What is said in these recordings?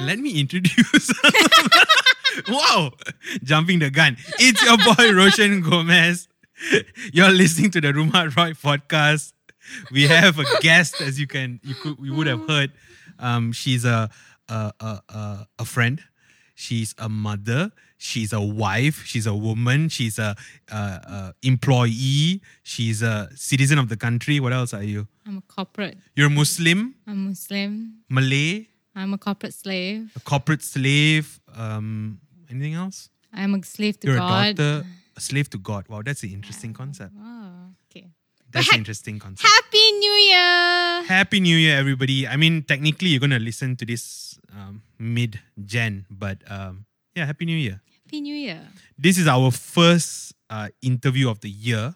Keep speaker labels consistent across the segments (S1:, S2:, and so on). S1: let me introduce. wow, jumping the gun. It's your boy Roshan Gomez. You're listening to the Rumah Roy podcast. We have a guest, as you can you could you would have heard. Um, she's a a, a a a friend. She's a mother. She's a wife. She's a woman. She's a, a, a employee. She's a citizen of the country. What else are you?
S2: I'm a corporate.
S1: You're Muslim,
S2: I'm Muslim.
S1: Malay,
S2: I'm a corporate slave.
S1: a corporate slave. Um, anything else?
S2: I'm a slave to
S1: You're a
S2: God.
S1: daughter, a slave to God. Wow, that's an interesting concept.
S2: Wow. Ah, Okay.
S1: That's
S2: ha-
S1: an interesting concept.
S2: Happy New Year!
S1: Happy New Year, everybody. I mean, technically, you're going to listen to this um, mid Jan, but um, yeah, Happy New Year.
S2: Happy New Year.
S1: This is our first uh, interview of the year.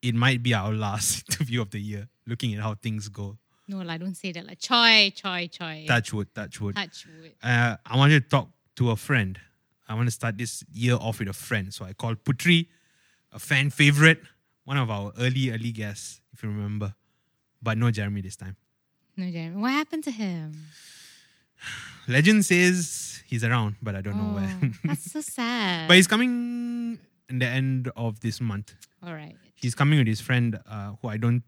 S1: It might be our last interview of the year, looking at how things go.
S2: No, I don't say that. Like, choi, choi, choi.
S1: Touch wood, touch wood.
S2: Touch wood.
S1: uh, I wanted to talk to a friend. I want to start this year off with a friend. So I called Putri, a fan favorite, one of our early, early guests, if you remember. But no Jeremy this time.
S2: No, Jeremy. What happened to him?
S1: Legend says he's around, but I don't know where.
S2: Oh, that's so sad.
S1: but he's coming in the end of this month.
S2: All right.
S1: He's coming with his friend uh, who I don't.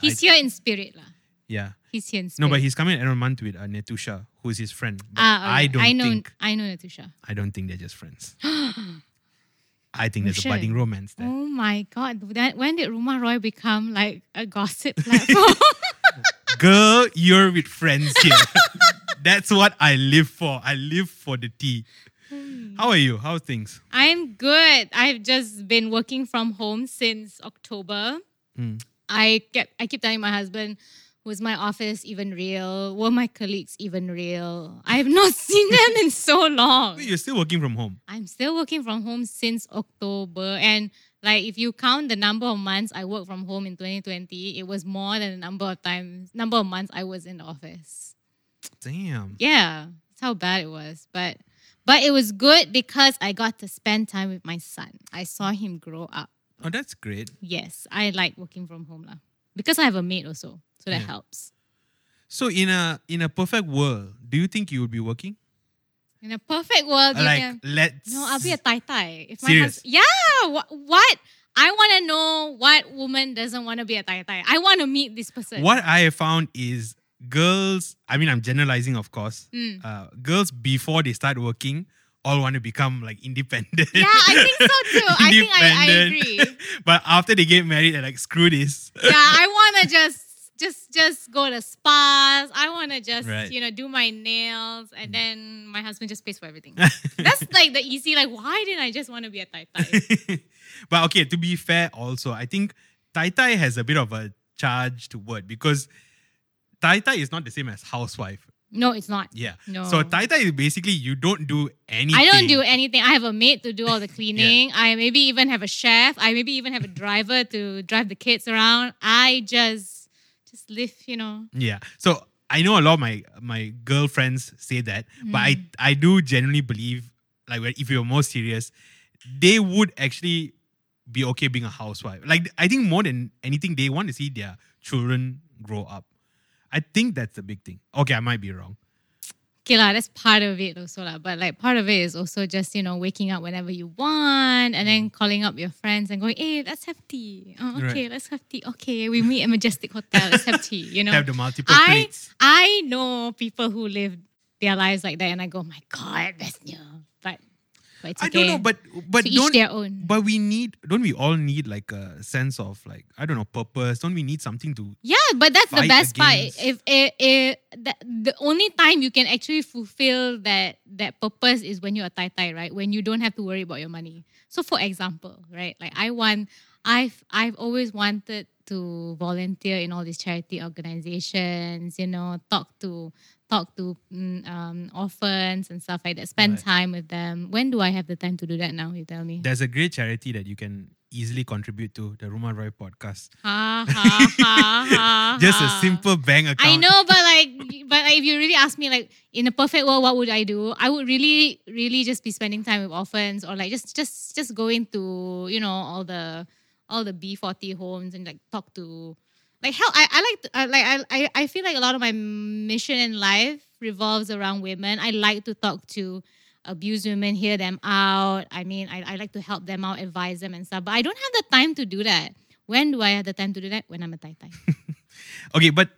S2: He's here in spirit. lah.
S1: Yeah.
S2: He's here in
S1: No,
S2: spirit.
S1: but he's coming at the end of the month with uh, Netusha, who's his friend. But
S2: Ah, all
S1: I
S2: right.
S1: don't
S2: I know,
S1: think.
S2: I know Natusha.
S1: I don't think they're just friends. I think there's a
S2: Sure.
S1: budding romance there.
S2: Oh my God. That, when did Rumah Roy become like a gossip platform?
S1: girl, you're with friends here. That's what I live for. I live for the tea. How are you? How are things?
S2: I'm good. I've just been working from home since October.
S1: Mm.
S2: I kept I keep telling my husband, was my office even real? Were my colleagues even real? I have not seen them in so long.
S1: Wait, You're still working from home.
S2: I'm still working from home since October. And like if you count the number of months I worked from home in 2020, it was more than the number of times number of months I was in the office.
S1: Damn.
S2: Yeah. That's how bad it was. But but it was good because I got to spend time with my son. I saw him grow up.
S1: Oh, that's great.
S2: Yes, I like working from home lah. Because I have a maid also, so that
S1: Yeah.
S2: helps.
S1: So in a in a perfect world, do you think you would be working?
S2: In a perfect world, you
S1: like
S2: can.
S1: let's
S2: No, I'll be a tai tai. If
S1: Serious?
S2: hus- yeah. What? what? I want to know what woman doesn't want to be a tai tai. I want to meet this person.
S1: what I have found is girls, I mean I'm generalizing of course.
S2: Mm.
S1: Uh, girls before they start working all want to become like independent.
S2: Yeah, I think so too. I think I, I agree.
S1: Independent. but after they get married, they're like, screw this.
S2: Yeah, I want to just. Just, just go to spas. I want to just,
S1: Right. Mm.
S2: you know, do my nails, and then my husband just pays for everything. That's like the easy. Like, why didn't I just want to be a tai tai?
S1: but okay, to be fair, also, I think Tai Tai has a bit of a charged word because Tai Tai is not the same as housewife.
S2: No, it's not.
S1: Yeah.
S2: No.
S1: So Tai Tai is basically you don't do anything.
S2: I don't do anything. I have a maid to do all the cleaning. I maybe even have a chef. I maybe even have a driver to drive the kids around. I just just live, you know.
S1: Yeah. So I know a lot of my my girlfriends say that, but
S2: Mm.
S1: I I do generally believe like when- if you're more serious, they would actually be okay being a housewife. Like I think more than anything, they want to see their children grow up. I think that's the big thing. Okay, I might be wrong.
S2: Okay, lah, that's part of it also. lah. But like part of it is also just, you know, waking up whenever you want and then calling up your friends and going, hey, let's have tea. Oh,
S1: Mm. Right.
S2: okay, let's have tea. Okay, we meet at Majestic Hotel. Let's have tea, you know.
S1: Have the multiple
S2: I-
S1: plates.
S2: I know people who live their lives like that and I go, my God, that's new. But, but it's
S1: I
S2: okay.
S1: don't know, but but
S2: to each
S1: don't
S2: their own.
S1: but we need don't we all need like a sense of like I don't know purpose? Don't we need something to
S2: Yeah, but that's the
S1: fight
S2: best part.
S1: against-
S2: If, if, if the, the only time you can actually fulfill that that purpose is when you're a tai tai, right? When you don't have to worry about your money. So, for example, right? Like I want, I've I've always wanted to volunteer in all these charity organizations. You know, talk to talk to mm, um, orphans and stuff like that. Spend
S1: Right.
S2: time with them. When do I have the time to do that? Now you tell me.
S1: there's a great charity that you can easily contribute to the Roma Roy podcast.
S2: ha ha ha ha.
S1: Just a
S2: ha.
S1: simple bank account.
S2: Uh-huh. I know, but like, but like, if you really ask me, like, in a perfect world, what would I do? I would really, really just be spending time with orphans, or like, just, just, just going to, you know, all the, all the B forty homes and like talk to, like, hell, I, I like, to, I, like, I, I, I feel like a lot of my mission in life revolves around women. I like to talk to abused women, hear them out. I mean, I, I like to help them out, advise them and stuff. But I don't have the time to do that. When do I have the time to do that? When I'm a tai tai.
S1: Okay, but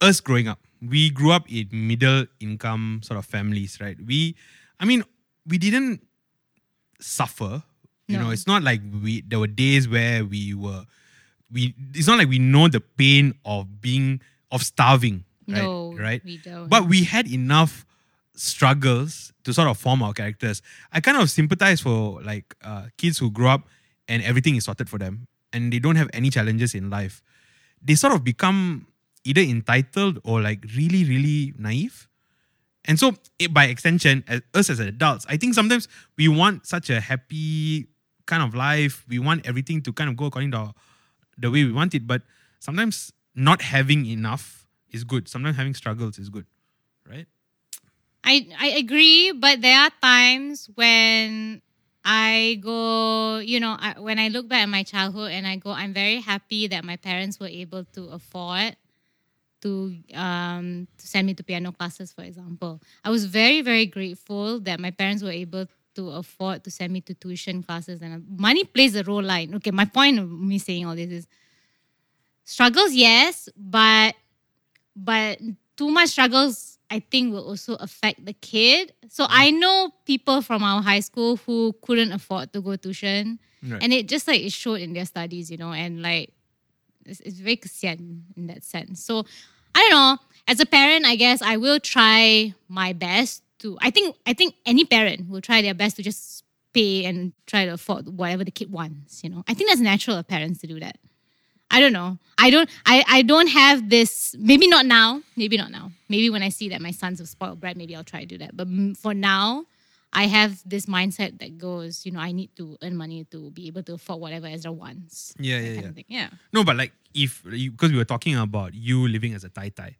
S1: us growing up, we grew up in middle income sort of families, right? We, I mean, we didn't suffer. You
S2: No.
S1: know, it's not like we there were days where we were, we. It's not like we know the pain of being of starving, right?
S2: No,
S1: right.
S2: we don't.
S1: But we had enough struggles to sort of form our characters. I kind of sympathize for like uh, kids who grow up and everything is sorted for them and they don't have any challenges in life. They sort of become either entitled or like really, really naive. And so, it, by extension, as, us as adults, I think sometimes we want such a happy kind of life. We want everything to kind of go according to our, the way we want it. But sometimes not having enough is good. Sometimes having struggles is good, right?
S2: I I agree, but there are times when I go, you know, I, when I look back at my childhood and I go, I'm very happy that my parents were able to afford to um to send me to piano classes, for example. I was very very grateful that my parents were able to afford to send me to tuition classes, and uh, money plays a role. Line, okay. My point of me saying all this is struggles, yes, but but too much struggles i think will also affect the kid so i know people from our high school who couldn't afford to go tuition
S1: Right.
S2: and it just like it showed in their studies you know and like it's, it's very kesian in that sense so i don't know as a parent i guess i will try my best to i think i think any parent will try their best to just pay and try to afford whatever the kid wants you know i think that's natural of parents to do that I don't know. I don't. I, I don't have this. Maybe not now. Maybe not now. Maybe when I see that my sons have spoiled bread, maybe I'll try to do that. But mm, for now, I have this mindset that goes, you know, I need to earn money to be able to afford whatever Ezra wants.
S1: Yeah, yeah,
S2: That kind
S1: yeah.
S2: of thing. Yeah.
S1: No, but like if because we were talking about you living as a tai tai,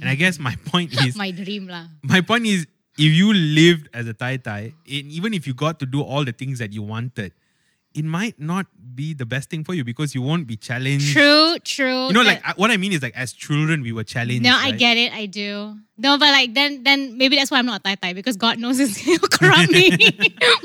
S1: and I guess my point is
S2: Mm-hmm. My dream lah.
S1: my point is if you lived as a tai tai, and even if you got to do all the things that you wanted, it might not be the best thing for you because you won't be challenged.
S2: True, true.
S1: Mm. You know,
S2: That-
S1: like I, what I mean is like as children we were challenged.
S2: No, I
S1: right?
S2: get it. I do. No, but like then, then maybe that's why I'm not a tai tai because God knows it's will corrupt me.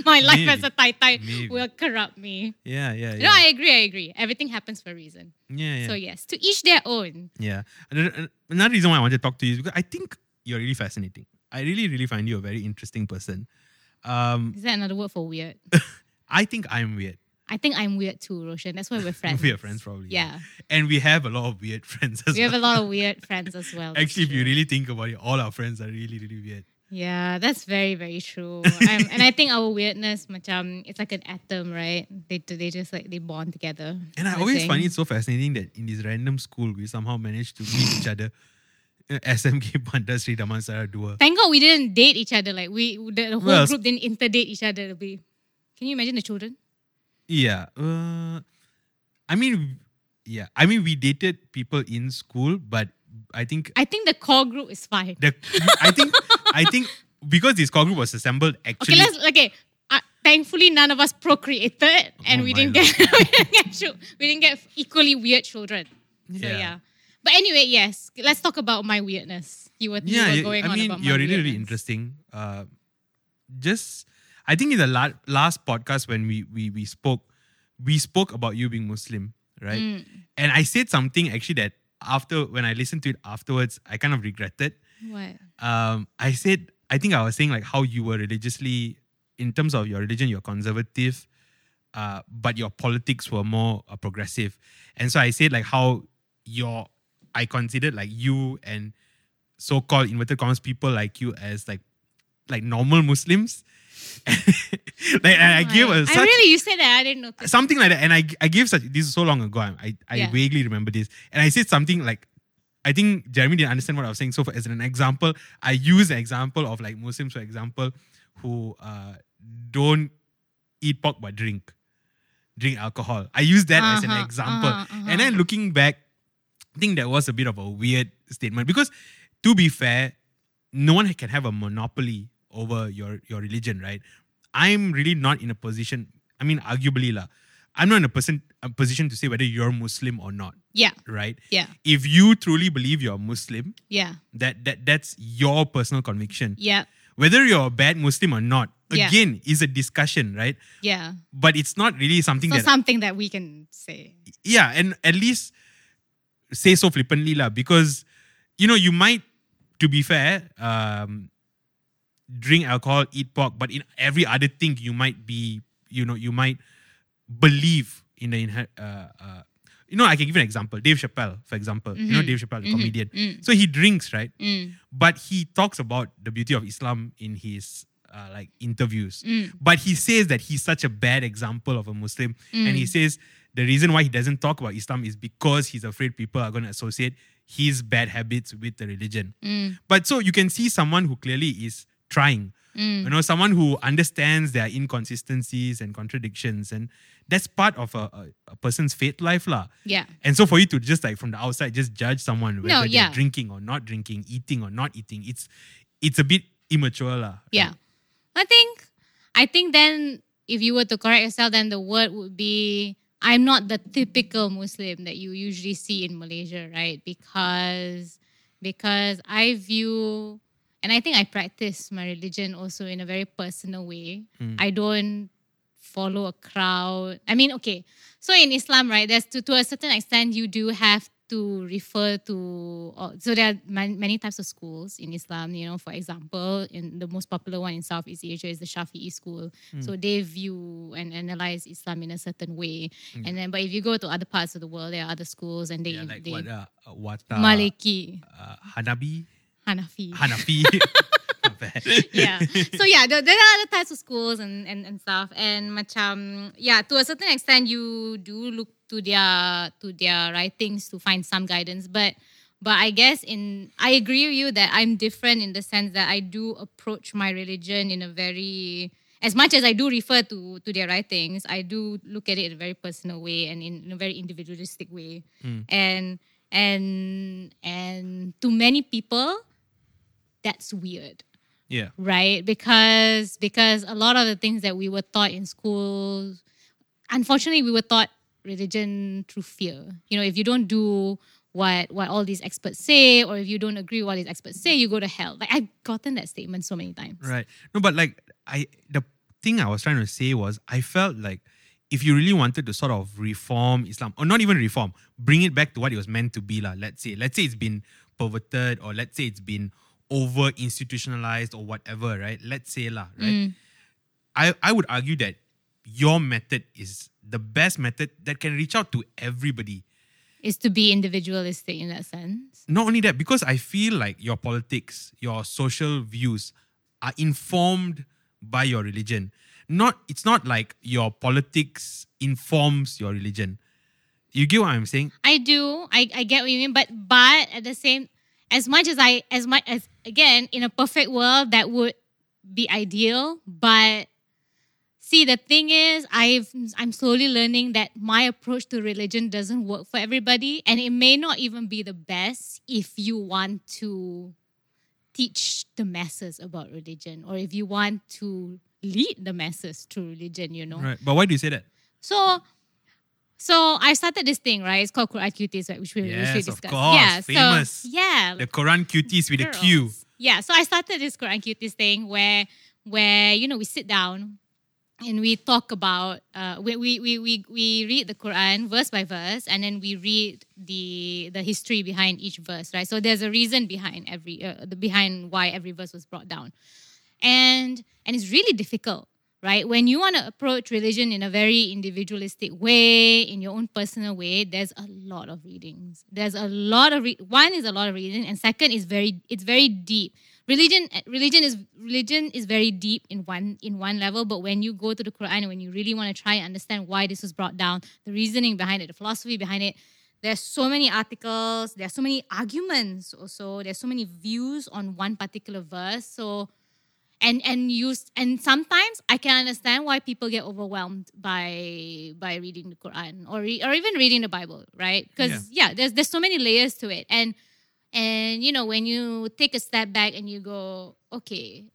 S2: My life
S1: Maybe.
S2: as a tai tai
S1: Maybe.
S2: will corrupt me.
S1: Yeah, yeah, yeah.
S2: No, I agree. I agree. Everything happens for a reason.
S1: yeah, yeah.
S2: So yes, to each their own.
S1: Yeah. And then, uh, Another reason why I wanted to talk to you is because I think you're really fascinating. I really, really find you a very interesting person. Um,
S2: Is that another word for weird?
S1: I think I'm weird.
S2: I think I'm weird too, Roshan. That's why we're friends.
S1: We are friends, probably.
S2: Yeah,
S1: And we have a lot of weird friends as
S2: we
S1: well.
S2: have a lot of weird friends as well. that's
S1: Actually, if you
S2: true.
S1: really think about it, all our friends are really, really weird.
S2: yeah, that's very very true. um, and I think our weirdness, macam, it's like an atom, right? They they just like they bond together.
S1: And I
S2: We're
S1: always
S2: saying-
S1: find it so fascinating that in this random school, we somehow managed to meet each other. Uh, SMK Bandar Sri Damansara Dua.
S2: Thank God we didn't date each other. Like we the, the whole
S1: Well, s-
S2: group didn't interdate each other. It'll be, can you imagine the children?
S1: Yeah. Uh, I mean, yeah. I mean, we dated people in school, but I think
S2: I think the core group is fine.
S1: The, I think I think because this core group was assembled
S2: Okay,
S1: actually.
S2: let's okay. Uh, thankfully, none of us procreated, and
S1: Oh
S2: we
S1: my
S2: didn't get we didn't get chil- we didn't get equally weird children. So yeah.
S1: Yeah.
S2: But anyway, yes. Let's talk about my weirdness. You were,
S1: yeah,
S2: you
S1: yeah,
S2: were going
S1: I
S2: on
S1: mean,
S2: about my
S1: you're really really
S2: weirdness.
S1: interesting. Uh, just I think in the la- last podcast when we, we we spoke, we spoke about you being Muslim, right?
S2: Mm.
S1: And I said something actually that after when I listened to it afterwards, I kind of regretted.
S2: What?
S1: Um, I said I think I was saying like how you were religiously in terms of your religion, you're conservative. uh, but your politics were more uh, progressive. And so I said like how your I considered like you and so-called inverted commas people like you as like like normal Muslims. like and I gave
S2: Why?
S1: a
S2: Oh I
S1: such
S2: really you said that I didn't notice.
S1: something like that, and I I gave such this is so long ago. I I
S2: Yeah.
S1: vaguely remember this, and I said something like. I think Jeremy didn't understand what I was saying. So, for, as an example, I use an example of like Muslims, for example, who uh, don't eat pork but drink, drink alcohol. I use that as an
S2: Uh-huh,
S1: example.
S2: uh-huh, uh-huh.
S1: And then looking back, I think that was a bit of a weird statement because, to be fair, no one can have a monopoly over your your religion, right? I'm really not in a position. I mean, arguably lah, I'm not in a person a position to say whether you're Muslim or not,
S2: Yeah.
S1: right?
S2: Yeah.
S1: If you truly believe you're Muslim,
S2: Yeah.
S1: that that that's your personal conviction.
S2: Yeah.
S1: Whether you're a bad Muslim or not,
S2: Yeah.
S1: again, is a discussion, right?
S2: Yeah.
S1: But it's not really something
S2: So
S1: that
S2: something that we can say.
S1: yeah, and at least say so flippantly lah, because you know you might, to be fair, um, drink alcohol, eat pork, but in every other thing you might be, you know, you might believe in the inher- uh, uh, you know, I can give you an example. Dave Chappelle, for example, you know
S2: Mhm.
S1: Dave Chappelle, the
S2: Mhm.
S1: comedian.
S2: Mm,
S1: So he drinks, right?
S2: mm,
S1: But he talks about the beauty of Islam in his uh, like interviews.
S2: mm,
S1: But he says that he's such a bad example of a Muslim. And he
S2: mm.
S1: says the reason why he doesn't talk about Islam is because he's afraid people are going to associate his bad habits with the religion.
S2: Mm,
S1: But so you can see someone who clearly is trying,
S2: mm.
S1: you know, someone who understands their inconsistencies and contradictions. And that's part of a, a, a person's faith life. lah.
S2: Yeah.
S1: And so for you to just like from the outside, just judge someone whether they're
S2: yeah.
S1: drinking or not drinking, eating or not eating, it's it's a bit immature. lah.
S2: Yeah. I think I think then if you were to correct yourself, then the word would be I'm not the typical Muslim that you usually see in Malaysia, right? Because because I view and I think I practice my religion also in a very personal way.
S1: Mm.
S2: I don't follow a crowd. I mean, okay. So in Islam, right, there's to, to a certain extent you do have to refer to or, so there are man, many types of schools in Islam, you know, for example, in the most popular one in Southeast Asia is the Shafi'i school.
S1: Hmm.
S2: So they view and analyze Islam in a certain way. And then but if you go to other parts of the world, there are other schools and they,
S1: Yeah, like
S2: they
S1: what, uh, what uh,
S2: Maliki,
S1: uh, Hanabi,
S2: Hanafi.
S1: Hanafi. Not bad.
S2: yeah. So yeah, there, there are other types of schools and, and, and stuff. And macam yeah, to a certain extent, you do look to their to their writings to find some guidance. But but I guess in I agree with you that I'm different in the sense that I do approach my religion in a very as much as I do refer to to their writings, I do look at it in a very personal way and in, in a very individualistic way.
S1: Mm.
S2: And and and to many people, that's weird
S1: Yeah.
S2: right because because a lot of the things that we were taught in school unfortunately we were taught religion through fear you know if you don't do what what all these experts say or if you don't agree with what these experts say you go to hell like i've gotten that statement so many times
S1: Right. No, but like I the thing I was trying to say was I felt like if you really wanted to sort of reform Islam, or not even reform, bring it back to what it was meant to be, lah. let's say. Let's say it's been perverted or let's say it's been over institutionalized or whatever, right? Let's say lah, right?
S2: Mm,
S1: I, I would argue that your method is the best method that can reach out to everybody.
S2: is to be individualistic in that sense
S1: Not only that, because I feel like your politics, your social views are informed by your religion. Not it's not like your politics informs your religion. You get what I'm saying?
S2: I do. I, I get what you mean, but but at the same as much as I as much as again, in a perfect world that would be ideal, but see the thing is I've I'm slowly learning that my approach to religion doesn't work for everybody and it may not even be the best if you want to teach the masses about religion or if you want to lead the masses to religion, you know.
S1: Right. But why do you say that?
S2: So, so I started this thing, right? It's called Quran Cuties, right? Which we
S1: Yes,
S2: we
S1: of
S2: should discuss.
S1: course.
S2: yeah,
S1: Famous.
S2: So, yeah,
S1: The Quran cuties with a Q.
S2: girls. Yeah, so I started this Quran Cuties thing where where you know we sit down and we talk about uh, we, we, we, we, we read the Quran verse by verse and then we read the the history behind each verse, right? So there's a reason behind every uh, the behind why every verse was brought down, and and it's really difficult. Right when you want to approach religion in a very individualistic way, in your own personal way, there's a lot of readings. There's a lot of re- one is a lot of reading, and second is very it's very deep religion religion is religion is very deep in one in one level but when you go to the quran and when you really want to try and understand why this was brought down the reasoning behind it the philosophy behind it there's so many articles there's so many arguments also there's so many views on one particular verse so and and use and sometimes I can understand why people get overwhelmed by by reading the Quran or re, or even reading the Bible, right? Because yeah. there's there's so many layers to it, and and you know when you take a step back and you go, okay,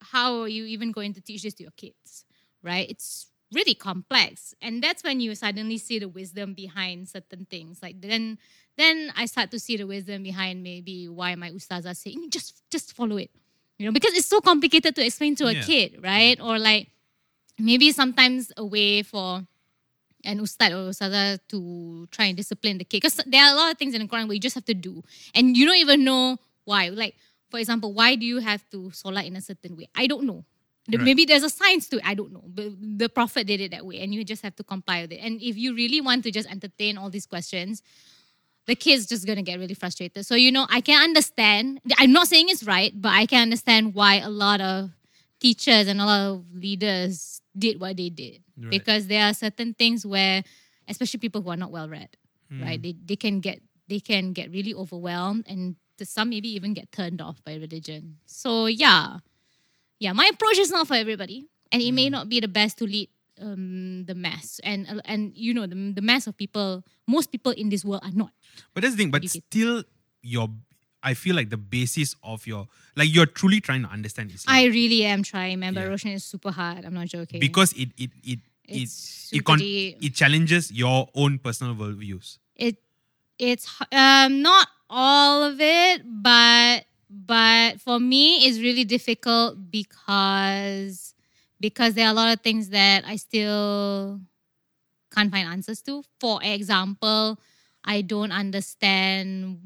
S2: how are you even going to teach this to your kids, right? It's really complex and that's when you suddenly see the wisdom behind certain things like then then i start to see the wisdom behind maybe why my ustaza saying just just follow it you know because it's so complicated to explain to a
S1: Yeah.
S2: kid right or like maybe sometimes a way for an ustad or ustaza to try and discipline the kid because there are a lot of things in the quran where you just have to do and you don't even know why like for example why do you have to solat in a certain way i don't know The-
S1: Right.
S2: maybe there's a science to it i don't know but the prophet did it that way and you just have to comply with it and if you really want to just entertain all these questions the kid's just gonna get really frustrated. So you know, I can understand. I'm not saying it's right, but I can understand why a lot of teachers and a lot of leaders did what they did
S1: Right.
S2: because there are certain things where, especially people who are not well read,
S1: Hmm.
S2: right? They they can get they can get really overwhelmed and to some maybe even get turned off by religion. So yeah, yeah, my approach is not for everybody, and it may not be the best to lead um, the mass and and you know the, the mass of people. Most people in this world are not.
S1: But that's the thing. But
S2: Educate.
S1: still, your I feel like the basis of your like you're truly trying to understand Islam
S2: I really am trying, man. But
S1: Yeah.
S2: Roshan is super hard. I'm not joking.
S1: because it it it it
S2: it's
S1: it,
S2: super
S1: con-
S2: deep.
S1: it challenges your own personal worldviews.
S2: it it's h- um not all of it, but but for me it's really difficult because because there are a lot of things that I still can't find answers to. For example, I don't understand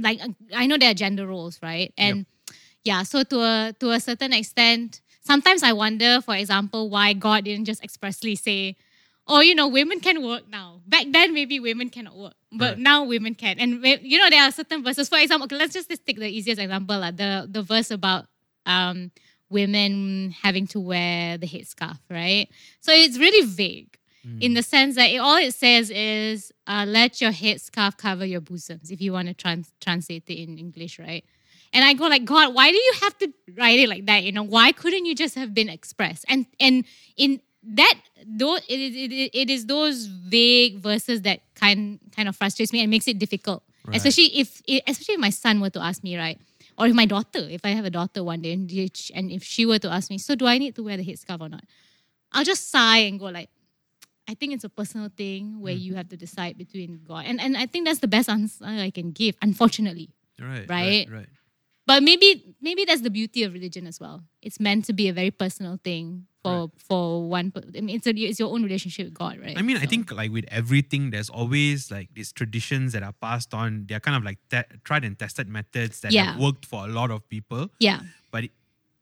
S2: like I know there are gender roles, right? And yeah, so to a to a certain extent, sometimes I wonder, for example, why God didn't just expressly say, "Oh, you know, women can work now." Back then, maybe women cannot work, but
S1: Right.
S2: now women can. And we- you know, there are certain verses. For example, okay, let's just take the easiest example, lah. the the verse about um, women having to wear the headscarf, right? So it's really vague in the sense that it, all it says is uh, let your headscarf cover your bosoms if you want to trans- translate it in english right and i go like god why do you have to write it like that you know why couldn't you just have been expressed and and in that though it, is- it, it, it is those vague verses that kind kind of frustrates me and makes it difficult
S1: Right.
S2: especially if i- especially if my son were to ask me right or if my daughter if i have a daughter one day and she- and if she were to ask me so do i need to wear the headscarf or not i'll just sigh and go like I think it's a personal thing
S1: Mm-hmm.
S2: where you have to decide between God. And and I think that's the best answer I can give, unfortunately.
S1: Mm. Right,
S2: right.
S1: right.
S2: But maybe maybe that's the beauty of religion as well. It's meant to be a very personal thing for for one. per- I mean, it's a, it's your own relationship with God, right?
S1: I mean,
S2: So-
S1: I think like with everything, there's always like these traditions that are passed on. They're kind of like te- tried and tested methods that have
S2: Yeah.
S1: worked for a lot of people.
S2: yeah,
S1: But it-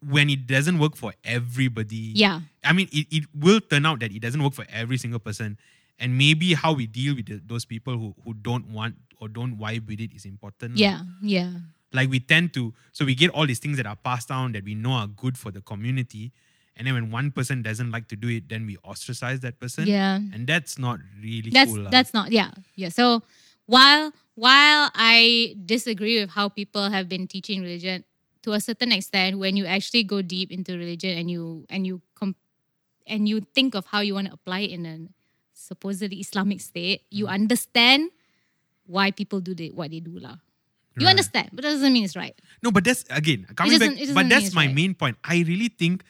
S1: when it doesn't work for everybody,
S2: yeah,
S1: I mean, it, it will turn out that it doesn't work for every single person. And maybe how we deal with the, those people who, who don't want or don't vibe with it is important. lah.
S2: yeah, yeah,
S1: Like we tend to, so we get all these things that are passed down that we know are good for the community. And then when one person doesn't like to do it, then we ostracize that person.
S2: yeah.
S1: And that's not really
S2: that's
S1: cool. lah.
S2: that's not yeah yeah so while while i disagree with how people have been teaching religion to a certain extent when you actually go deep into religion and you and you com- and you think of how you want to apply it in a supposedly islamic state you
S1: Mm.
S2: understand why people do the, what they do lah. you
S1: Right.
S2: understand but that doesn't mean it's right
S1: No, but that's again coming back.
S2: doesn't- it doesn't
S1: But
S2: mean
S1: that's
S2: it's
S1: my
S2: right.
S1: main point. I really think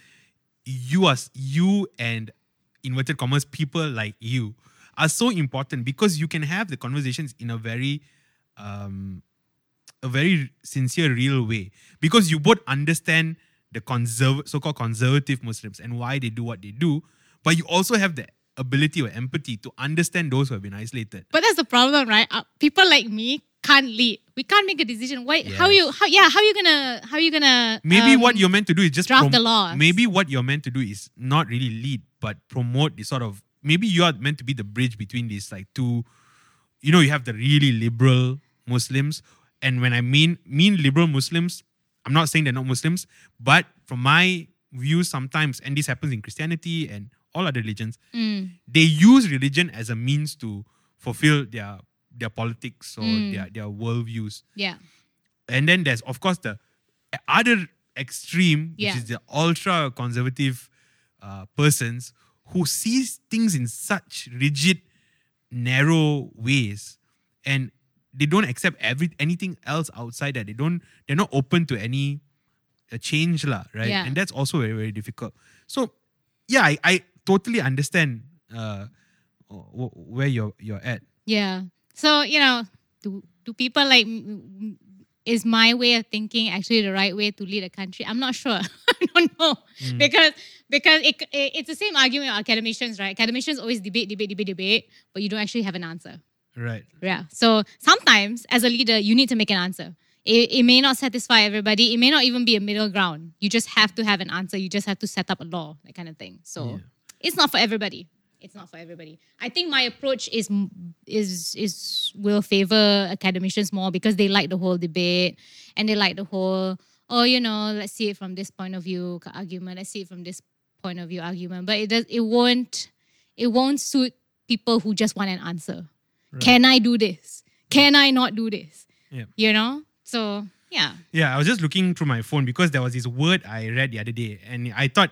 S1: you are s- you and inverted commas people like you are so important because you can have the conversations in a very um a very sincere real way because you both understand the conserv- so-called conservative muslims and why they do what they do but you also have the ability or empathy to understand those who have been isolated
S2: But that's the problem, right? Uh, people like me can't lead. We can't make a decision. Why? How
S1: Yes.
S2: you? How yeah? How you gonna? How you gonna?
S1: Maybe
S2: um,
S1: what you're meant to do is just
S2: draft the laws.
S1: Maybe what you're meant to do is not really lead, but promote the sort of. Maybe you are meant to be the bridge between these like two. You know, you have the really liberal Muslims, and when I mean mean liberal Muslims, I'm not saying they're not Muslims, but from my view, sometimes, and this happens in Christianity and all other religions,
S2: Mm,
S1: they use religion as a means to fulfill their their politics or
S2: Mm.
S1: their their worldviews
S2: yeah.
S1: and then there's of course the other extreme
S2: Yeah.
S1: which is the ultra conservative uh, persons who sees things in such rigid narrow ways and they don't accept every anything else outside that they don't they're not open to any uh, change lah right
S2: Yeah.
S1: and that's also very very difficult so yeah I, I totally understand uh, wh- wh- where you're you're at.
S2: Yeah. So you know, do do people like m- m- is my way of thinking actually the right way to lead a country? I'm not sure. I don't know
S1: Mm.
S2: because because it, it- it's the same argument with academicians, right? Academicians always debate, debate, debate, debate, but you don't actually have an answer.
S1: Right.
S2: Yeah. So sometimes as a leader, you need to make an answer. It, it may not satisfy everybody. It may not even be a middle ground. You just have to have an answer. You just have to set up a law, that kind of thing. So
S1: Yeah.
S2: it's not for everybody. It's not for everybody. I think my approach is m- is is will favor academicians more because they like the whole debate and they like the whole oh you know let's see it from this point of view ca- argument. Let's see it from this point of view argument. But it does it won't it won't suit people who just want an answer.
S1: Right.
S2: Can I do this? Can I not do this?
S1: Yeah.
S2: You know. So yeah.
S1: Yeah, I was just looking through my phone because there was this word I read the other day, and I thought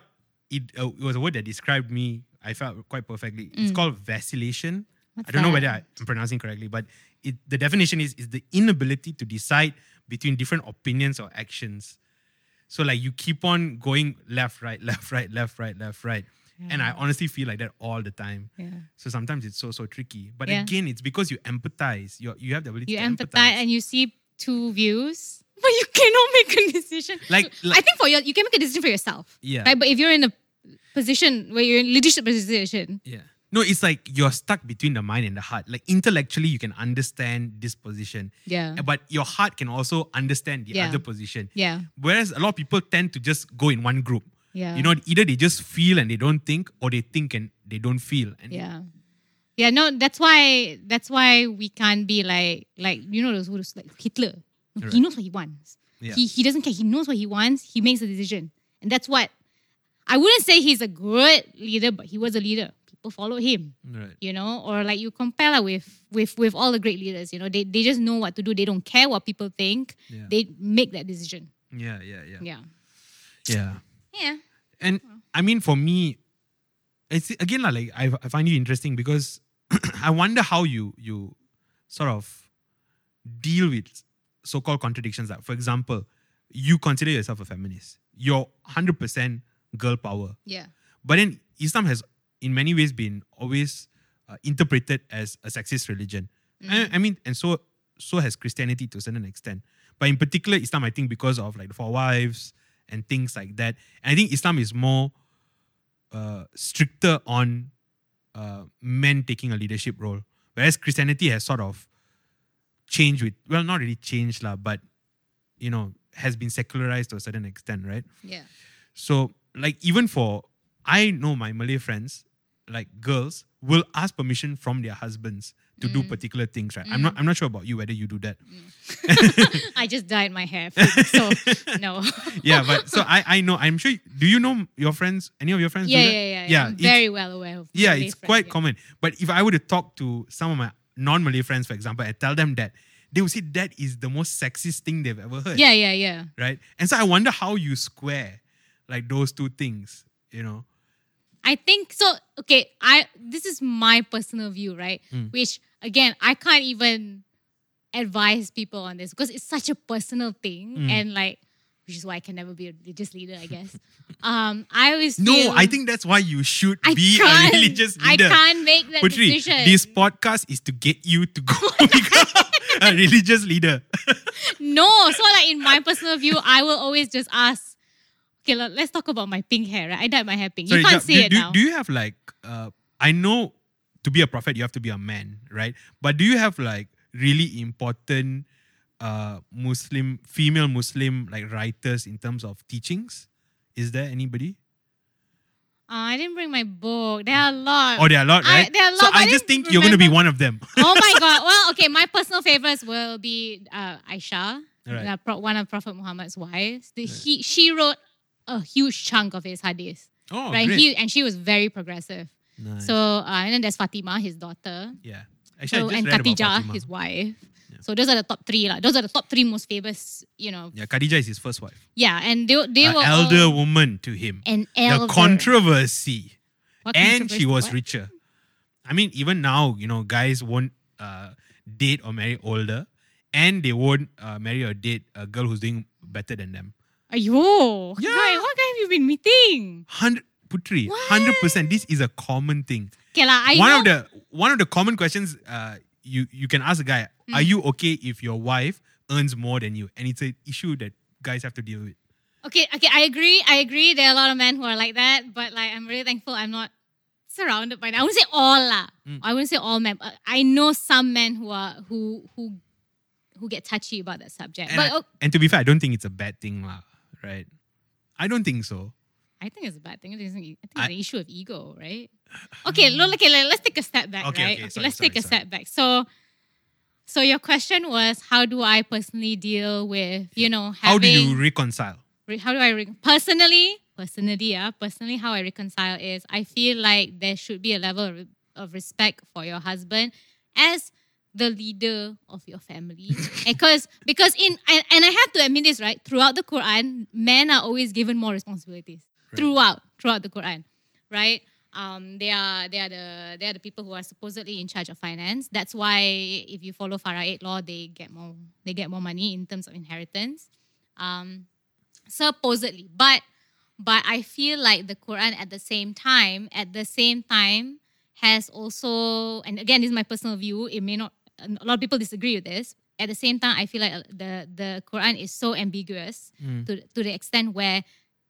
S1: it, uh, it was a word that described me. I felt quite perfectly. It's
S2: Mm.
S1: called vacillation.
S2: What's
S1: I don't know
S2: that?
S1: whether I- I'm pronouncing correctly, but it, the definition is is the inability to decide between different opinions or actions. So like you keep on going left, right, left, right, left, right, left, right, and I honestly feel like that all the time.
S2: Yeah.
S1: So sometimes it's so so tricky. But
S2: Yeah.
S1: again, it's because you empathize. You you have the ability
S2: you
S1: to
S2: empathize, and you see two views, but you cannot make a decision.
S1: Like-
S2: So,
S1: like-
S2: I think for your, you can make a decision for yourself.
S1: Yeah.
S2: Right, but if you're in a position where you're in leadership position,
S1: Yeah. No, it's like you're stuck between the mind and the heart. Like intellectually, you can understand this position,
S2: yeah,
S1: but your heart can also understand the
S2: Yeah.
S1: other position.
S2: yeah,
S1: Whereas a lot of people tend to just go in one group.
S2: yeah,
S1: You know, either they just feel and they don't think, or they think and they don't feel. And
S2: yeah. Yeah, no, that's why that's why we can't be like like you know those who's like Hitler.
S1: Right.
S2: He knows what he wants.
S1: Yeah.
S2: He he doesn't care. He knows what he wants. He makes a decision, and that's what I wouldn't say he's a good leader, but he was a leader. People follow him.
S1: Right.
S2: you know or like you compare lah with with with all the great leaders you know they, they just know what to do they don't care what people think
S1: Yeah.
S2: they make that decision
S1: yeah, yeah, yeah,
S2: yeah
S1: yeah.
S2: yeah
S1: And I mean, for me, it's again lah, like I, I find you interesting because I wonder how you you sort of deal with so-called contradictions. Like, for example, you consider yourself a feminist. You're hundred percent girl power,
S2: yeah
S1: but then Islam has, in many ways, been always uh, interpreted as a sexist religion. I, I mean, and so so has Christianity to a certain extent. But in particular, Islam, I think, because of like the four wives and things like that. And I think Islam is more uh, stricter on uh, men taking a leadership role, whereas Christianity has sort of changed with well, not really changed lah, but you know, has been secularized to a certain extent, right?
S2: yeah
S1: So, like, even for I know my Malay friends, like girls, will ask permission from their husbands to
S2: Mm.
S1: do particular things, right? I'm not I'm not sure about you whether you do that.
S2: i just dyed my hair so no
S1: Yeah, but so I I know I'm sure do you know your friends, any of your friends
S2: yeah yeah
S1: do
S2: yeah,
S1: that? Yeah,
S2: yeah. I'm
S1: it's-
S2: very well aware of
S1: Yeah,
S2: my
S1: it's
S2: friend,
S1: quite
S2: yeah.
S1: common. But if I were to talk to some of my non-Malay friends, for example, and tell them that, they would say that is the most sexist thing they've ever heard.
S2: yeah yeah yeah
S1: Right? And so I wonder how you square like those two things, you know.
S2: I think so. Okay, I this is my personal view, right?
S1: Mm.
S2: Which again, I can't even advise people on this because it's such a personal thing,
S1: Mm.
S2: and like, which is why I can never be a religious leader, I guess. um, I always
S1: No,
S2: feel-
S1: I think that's why you should
S2: I
S1: be a
S2: can't-
S1: religious leader.
S2: I can't make that
S1: Putri,
S2: decision.
S1: this podcast is to get you to go become a religious leader.
S2: no, so like in my personal view, I will always just ask. Okay, let- let's talk about my pink hair. Right, I dyed my hair pink.
S1: Sorry,
S2: you can't
S1: Jap,
S2: see
S1: do,
S2: it
S1: do,
S2: now.
S1: do you have like, uh, I know to be a prophet, you have to be a man, right? But do you have like really important uh, Muslim, female Muslim like writers in terms of teachings? Is there anybody?
S2: Aw, Oh, I didn't bring my book. There are a lot.
S1: Oh, there are a lot,
S2: Uh, I-
S1: right?
S2: there are a lot,
S1: so
S2: but
S1: I
S2: I
S1: just
S2: didn't
S1: think you're going to be
S2: remember-
S1: one of them.
S2: oh my god. Well, okay, my personal favorites will be uh, Aisha,
S1: Right.
S2: the pro- one of Prophet Muhammad's wives. The, he, she wrote a huge chunk of his hadith,
S1: Oh,
S2: right?
S1: great.
S2: He, and she was very progressive.
S1: Nice.
S2: So, uh, and then there's Fatima, his daughter,
S1: yeah.
S2: so,
S1: Actually, I just
S2: and
S1: read about
S2: Khatijah,
S1: Fatima.
S2: his wife.
S1: Yeah.
S2: So those are the top three, lah. Those are the top three most famous, you know.
S1: Yeah, Khadija is his first wife.
S2: Yeah, and they they
S1: an
S2: were all-
S1: elder woman to him.
S2: an
S1: The
S2: elder.
S1: controversy.
S2: What
S1: And she
S2: controversy?
S1: was
S2: What?
S1: richer. I mean, even now, you know, guys won't uh, date or marry older, and they won't uh, marry or date a girl who's doing better than them.
S2: Ayo,
S1: Yeah.
S2: yeah. what guy have you been meeting?
S1: Hundred. Putri, Putri.
S2: What?
S1: Hundred percent. This is a common thing.
S2: Okay, lah, I
S1: one
S2: know.
S1: of the one of the common questions uh, you you can ask a guy: Are
S2: Mm.
S1: you okay if your wife earns more than you? And it's an issue that guys have to deal with.
S2: okay, okay, I agree. I agree. There are a lot of men who are like that, but like I'm really thankful I'm not surrounded by that. I wouldn't say all lah.
S1: Mm.
S2: I wouldn't say all men. But I know some men who are who who who get touchy about that subject.
S1: And,
S2: but
S1: I-
S2: oh,
S1: and to be fair, I don't think it's a bad thing, lah. Right? I don't think so.
S2: I think it's a bad thing. I think it's, I think it's
S1: I-
S2: an issue of ego, right? Okay, look, okay, let- let's take a step back,
S1: Okay,
S2: right?
S1: okay,
S2: Okay,
S1: sorry,
S2: let's
S1: sorry,
S2: take a
S1: sorry.
S2: step back. So, so your question was, how do I personally deal with, you know, having
S1: How do you reconcile?
S2: re- how do I re- personally personally yeah personally how I reconcile is I feel like there should be a level of, re- of respect for your husband as the leader of your family because because in and, and I have to admit this right throughout the Quran men are always given more responsibilities
S1: Right.
S2: throughout throughout the Quran right um, they are they are the they are the people who are supposedly in charge of finance that's why if you follow Farah 8 law they get more they get more money in terms of inheritance um, supposedly but but i feel like the quran at the same time at the same time has also and again this is my personal view it may not a lot of people disagree with this at the same time i feel like uh, the the quran is so ambiguous
S1: Mm.
S2: to, to the extent where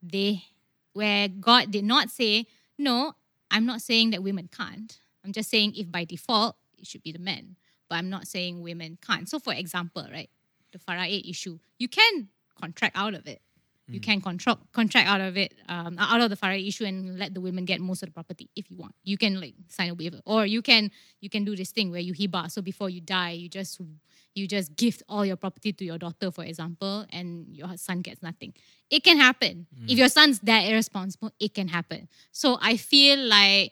S2: they where god did not say no i'm not saying that women can't i'm just saying if by default it should be the men but i'm not saying women can't so for example right the farah 8 issue you can contract out of it you
S1: Mm.
S2: can control contract out of it um, out of the farah issue and let the women get most of the property if you want you can like sign a waiver or you can you can do this thing where you hiba so before you die you just you just gift all your property to your daughter for example and your son gets nothing it can happen if your son's that irresponsible it can happen so i feel like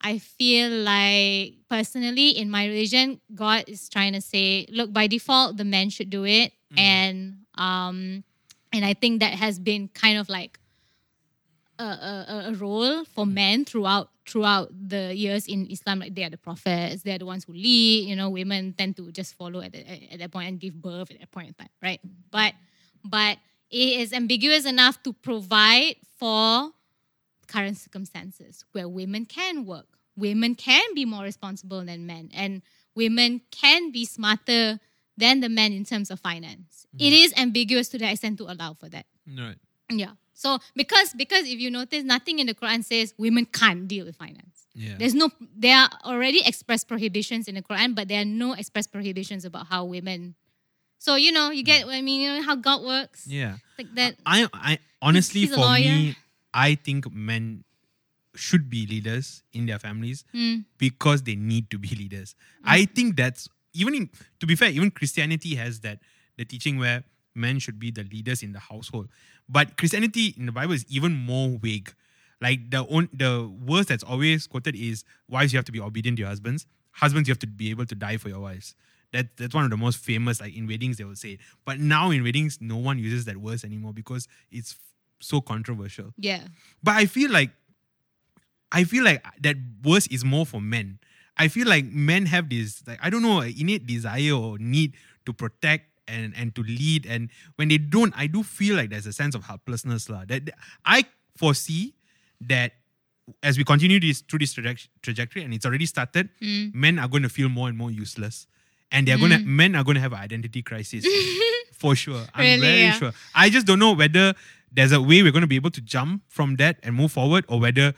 S2: I feel like personally in my religion, God is trying to say, look, by default, the men should do it, and um, and I think that has been kind of like a, a, a- a role for men throughout throughout the years in Islam. Like they are the prophets, they are the ones who lead. You know, women tend to just follow at, the, at that point and give birth at that point in time, right? But but it is ambiguous enough to provide for current circumstances where women can work, women can be more responsible than men, and women can be smarter than the men in terms of finance. It
S1: Mm-hmm.
S2: is ambiguous to the extent to allow for that.
S1: Right.
S2: Yeah. So because because if you notice, nothing in the Quran says women can't deal with finance.
S1: Yeah.
S2: There's no there are already express prohibitions in the Quran, but there are no express prohibitions about how women. So you know you get what I mean. You know how God works
S1: yeah.
S2: like that.
S1: I I honestly
S2: he's a
S1: for
S2: lawyer.
S1: me, I think men should be leaders in their families
S2: Mm,
S1: because they need to be leaders. I think that's even in, to be fair, even Christianity has that the teaching where men should be the leaders in the household. But Christianity in the Bible is even more vague. Like the on, the verse that's always quoted is wives you have to be obedient to your husbands, husbands you have to be able to die for your wives. That that's one of the most famous like in weddings they will say. it. But now in weddings no one uses that verse anymore because it's f- so controversial.
S2: yeah.
S1: But I feel like I feel like that verse is more for men. I feel like men have this like I don't know innate desire or need to protect and and to lead and when they don't I do feel like there's a sense of helplessness lah. That that- I foresee that as we continue this through this traje- trajectory and it's already started
S2: Mm.
S1: men are going to feel more and more useless and they're going to
S2: Mm.
S1: men are going to have an identity crisis for sure i'm
S2: Really,
S1: very
S2: yeah.
S1: sure i just don't know whether there's a way we're going to be able to jump from that and move forward or whether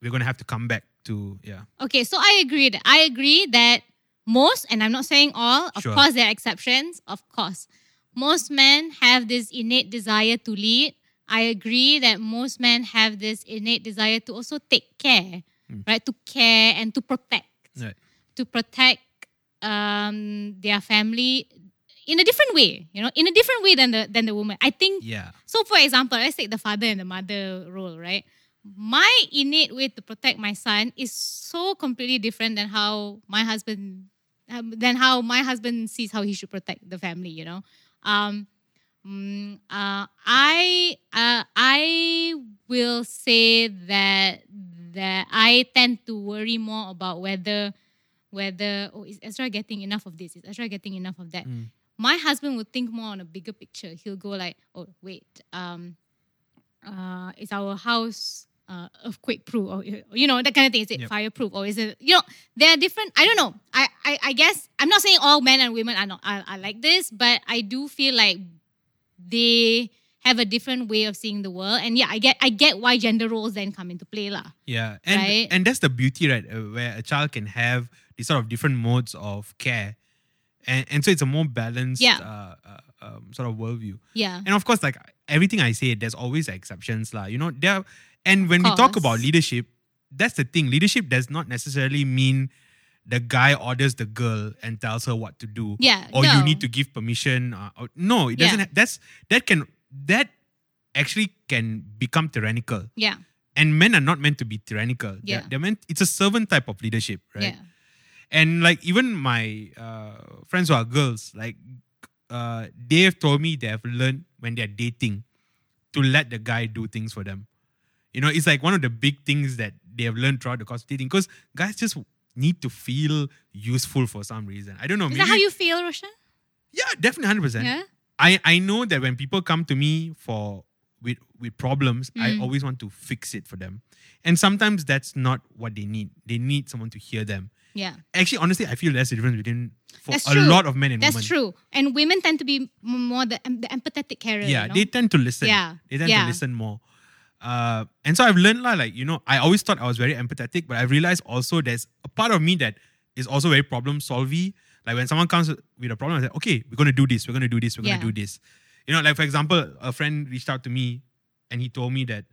S1: we're going to have to come back to yeah
S2: Okay, so I agree. That, I agree that most, and I'm not saying all, of
S1: Sure.
S2: course, there are exceptions, of course. Most men have this innate desire to lead. I agree that most men have this innate desire to also take care,
S1: Mm.
S2: right? To care and to protect.
S1: Right.
S2: To protect um, their family in a different way, you know, in a different way than the than the woman. I think
S1: yeah
S2: so, for example, let's take the father and the mother role, right? My innate way to protect my son is so completely different than how my husband, um, than how my husband sees how he should protect the family. You know, um, mm, uh, I uh, I will say that that I tend to worry more about whether whether oh is Ezra getting enough of this? Is Ezra getting enough of that?
S1: Mm.
S2: My husband would think more on a bigger picture. He'll go like, oh wait, um, uh, is our house uh, earthquake proof or you know that kind of thing? Is it
S1: Yep.
S2: fireproof or is it you know there are different? I don't know. I, I I guess I'm not saying all men and women are not are, are like this, but I do feel like they have a different way of seeing the world. And yeah, I get I get why gender roles then come into play lah.
S1: Yeah, and
S2: Right?
S1: and that's the beauty, right? uh, Where a child can have these sort of different modes of care, and and so it's a more balanced,
S2: Yeah.
S1: uh, uh, um, sort of worldview.
S2: Yeah.
S1: And of course, like everything I say, there's always exceptions, lah. You know, there. are- And when we talk about
S2: course.
S1: leadership, that's the thing. Leadership does not necessarily mean the guy orders the girl and tells her what to do,
S2: Yeah.
S1: or you
S2: no.
S1: need to give permission. Uh, or, no, it
S2: Yeah.
S1: doesn't. ha- that's that can that actually can become tyrannical
S2: Yeah.
S1: and men are not meant to be tyrannical. They're-
S2: Yeah.
S1: They're, meant. It's a servant type of leadership, right?
S2: Yeah.
S1: And like even my uh, friends who are girls, like uh, they have told me they have learned when they're dating to let the guy do things for them. You know, it's like one of the big things that they have learned throughout the course of dating because guys just need to feel useful for some reason. I don't know.
S2: Is
S1: maybe,
S2: that how you feel, Roshan?
S1: yeah, definitely hundred percent.
S2: Yeah.
S1: I I know that when people come to me for with with problems, I
S2: Mm.
S1: always want to fix it for them. And sometimes that's not what they need. They need someone to hear them.
S2: Yeah.
S1: Actually, honestly, I feel that's the difference between for
S2: That's
S1: a
S2: true.
S1: lot of men and
S2: That's
S1: women.
S2: true. And women tend to be m- more the, em- the empathetic carrier.
S1: Yeah,
S2: you know?
S1: they tend to listen.
S2: Yeah,
S1: They tend
S2: yeah.
S1: to listen more. Uh, and so I've learned lah, like, you know, I always thought I was very empathetic, but I realized also there's a part of me that is also very problem solvy. Like when someone comes with a problem, I say, okay, we're gonna do this, we're gonna do this, we're
S2: Yeah.
S1: gonna do this. You know, like for example, a friend reached out to me and he told me that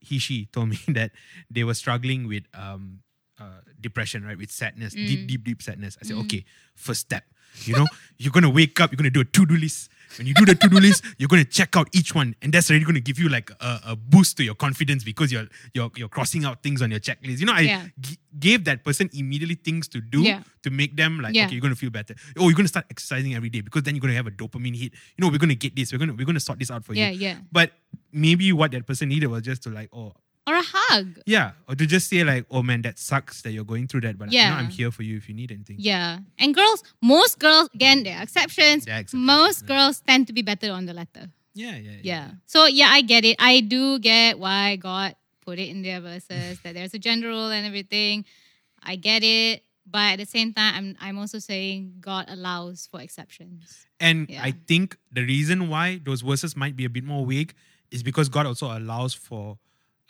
S1: he she told me that they were struggling with um uh, depression, right? With sadness, deep,
S2: Mm.
S1: deep, deep sadness. I said,
S2: Mm.
S1: okay, first step. You know, you're gonna wake up, you're gonna do a to-do list. When you do the to-do list, you're gonna check out each one, and that's already gonna give you like a, a boost to your confidence because you're you're you're crossing out things on your checklist. You know, I
S2: Yeah.
S1: g- gave that person immediately things to do
S2: Yeah.
S1: to make them like,
S2: Yeah.
S1: okay, you're gonna feel better. Oh, you're gonna start exercising every day because then you're gonna have a dopamine hit. You know, we're gonna get this. We're gonna we're gonna sort this out for
S2: yeah,
S1: you.
S2: yeah.
S1: But maybe what that person needed was just to like, oh,
S2: Or a hug.
S1: yeah, or to just say like, "Oh man, that sucks that you're going through that, but you know,
S2: Yeah.
S1: I'm here for you if you need anything."
S2: Yeah. And girls, most girls, again, there are exceptions.
S1: There are exceptions,
S2: Most
S1: yeah.
S2: girls tend to be better on the latter.
S1: Yeah, yeah,
S2: Yeah. So yeah, I get it. I do get why God put it in there versus that there's a gender role and everything. I get it. But at the same time, I'm I'm also saying God allows for exceptions.
S1: And
S2: Yeah.
S1: I think the reason why those verses might be a bit more vague is because God also allows for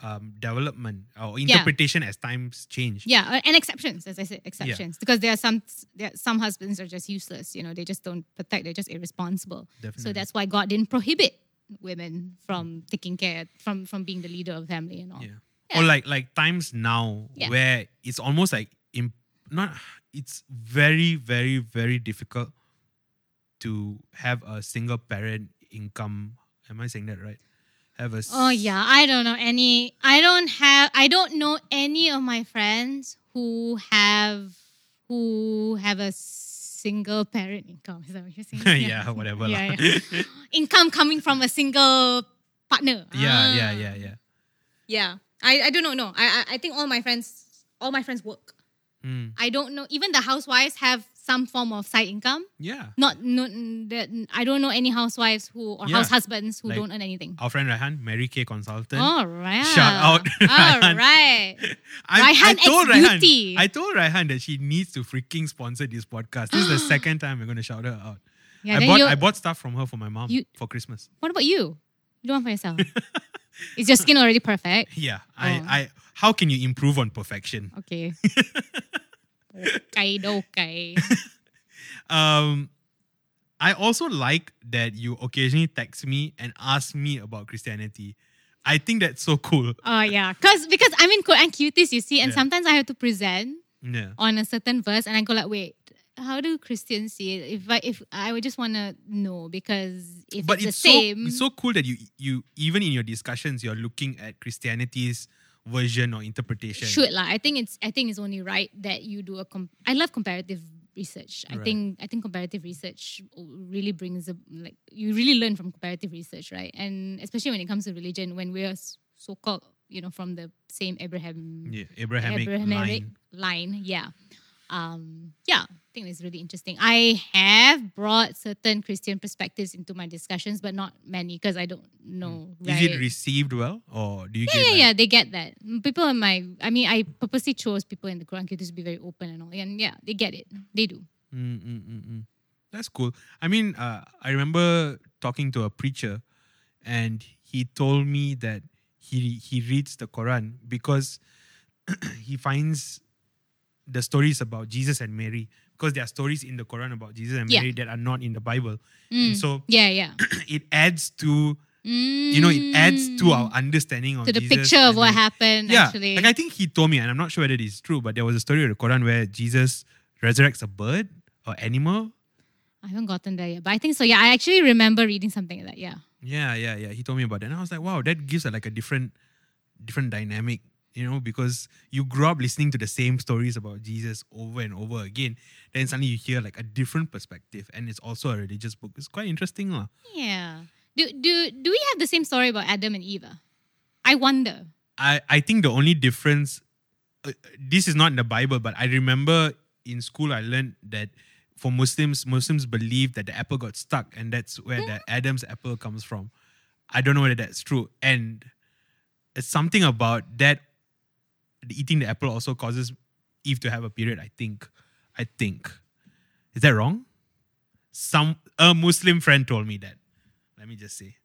S1: um, development or interpretation as times change.
S2: Yeah, uh, and exceptions, as I said, exceptions. Because there are some there are, some husbands are just useless. You know, they just don't protect. They're just irresponsible.
S1: Definitely.
S2: So that's why God didn't prohibit women from taking care, from from being the leader of family and all.
S1: yeah.
S2: Yeah.
S1: Or like like times now
S2: Yeah.
S1: where it's almost like imp- not it's very very very difficult to have a single parent income. Am I saying that right? Have a s-
S2: Oh yeah, I don't know any. I don't have. I don't know any of my friends who have who have a single parent income. Is that what you're saying?
S1: yeah, whatever. lah.
S2: Yeah, income coming from a single partner.
S1: Yeah, yeah,
S2: Ah.
S1: yeah, yeah.
S2: Yeah. I, I don't know. No, I, I I think all my friends all my friends work.
S1: Mm.
S2: I don't know. Even the housewives have some form of side income.
S1: Yeah.
S2: Not no. that I don't know any housewives who or
S1: Yeah.
S2: house husbands who
S1: Like-
S2: don't earn anything.
S1: Our friend Raihan, Mary Kay Consultant.
S2: All right.
S1: Shout out,
S2: All
S1: Raihan.
S2: right.
S1: I,
S2: Raihan X
S1: Raihan-
S2: Beauty.
S1: I told Raihan that she needs to freaking sponsor this podcast. This is the second time we're going to shout her out.
S2: Yeah.
S1: I
S2: then
S1: bought
S2: you,
S1: I bought stuff from her for my mom
S2: You-
S1: for Christmas.
S2: what about you? You don't want for yourself. Is your skin already perfect?
S1: Yeah. I,
S2: Oh.
S1: I how can you improve on perfection?
S2: Okay. okay, okay.
S1: Um I also like that you occasionally text me and ask me about Christianity. I think that's so cool.
S2: Oh yeah, because because I'm in Quran cuties, you see, and
S1: Yeah.
S2: sometimes I have to present
S1: Yeah.
S2: on a certain verse and I go like, wait, how do Christians see it? If I if I would just wanna know because if
S1: but
S2: it's,
S1: it's
S2: the same
S1: so it's so cool that you you even in your discussions you're looking at Christianity's version or interpretation.
S2: should lah. I think it's I think it's only right that you do a com- I love comparative research. I
S1: Right.
S2: think I think comparative research really brings a like you really learn from comparative research, right? And especially when it comes to religion, when we're so called, you know, from the same Abraham
S1: Yeah, Abrahamic, line.
S2: line. Yeah. um, yeah, I think it's really interesting. I have brought certain Christian perspectives into my discussions, but not many because I don't know.
S1: Mm. Is
S2: right?
S1: it received well, or do
S2: Yeah,
S1: you get?
S2: yeah,
S1: like-
S2: yeah, they get that. Mm, People in my, I mean, I purposely chose people in the Quran community to be very open and all. And yeah, they get it. They do.
S1: Mm, mm, mm, mm. That's cool. I mean, uh, I remember talking to a preacher, and he told me that he he reads the Quran because he finds the stories about Jesus and Mary because there are stories in the Quran about Jesus and
S2: Yeah.
S1: Mary that are not in the Bible.
S2: Mm.
S1: And so
S2: yeah, yeah.
S1: it adds to you know it adds to our
S2: Mm.
S1: understanding of
S2: to the
S1: Jesus
S2: picture of
S1: and
S2: what
S1: Mary.
S2: happened.
S1: Yeah,
S2: actually.
S1: like I think he told me, and I'm not sure whether this is true, but there was a story in the Quran where Jesus resurrects a bird or animal.
S2: I haven't gotten there yet, but I think so. Yeah, I actually remember reading something like that. Yeah.
S1: Yeah, yeah, yeah. He told me about that, and I was like, wow, that gives it like a different, different dynamic, you know, because you grew up listening to the same stories about Jesus over and over again. Then suddenly you hear like a different perspective, and it's also a religious book. It's quite interesting, lah.
S2: Yeah. Do do do we have the same story about Adam and Eve? ah? I wonder.
S1: I, I think the only difference, uh, this is not in the Bible, but I remember in school I learned that for Muslims, Muslims believe that the apple got stuck and that's where the Adam's apple comes from. I don't know whether that's true. And it's something about that, the eating the apple also causes Eve to have a period, I think. I think. Is that wrong? Some a Muslim friend told me that. Let me just say.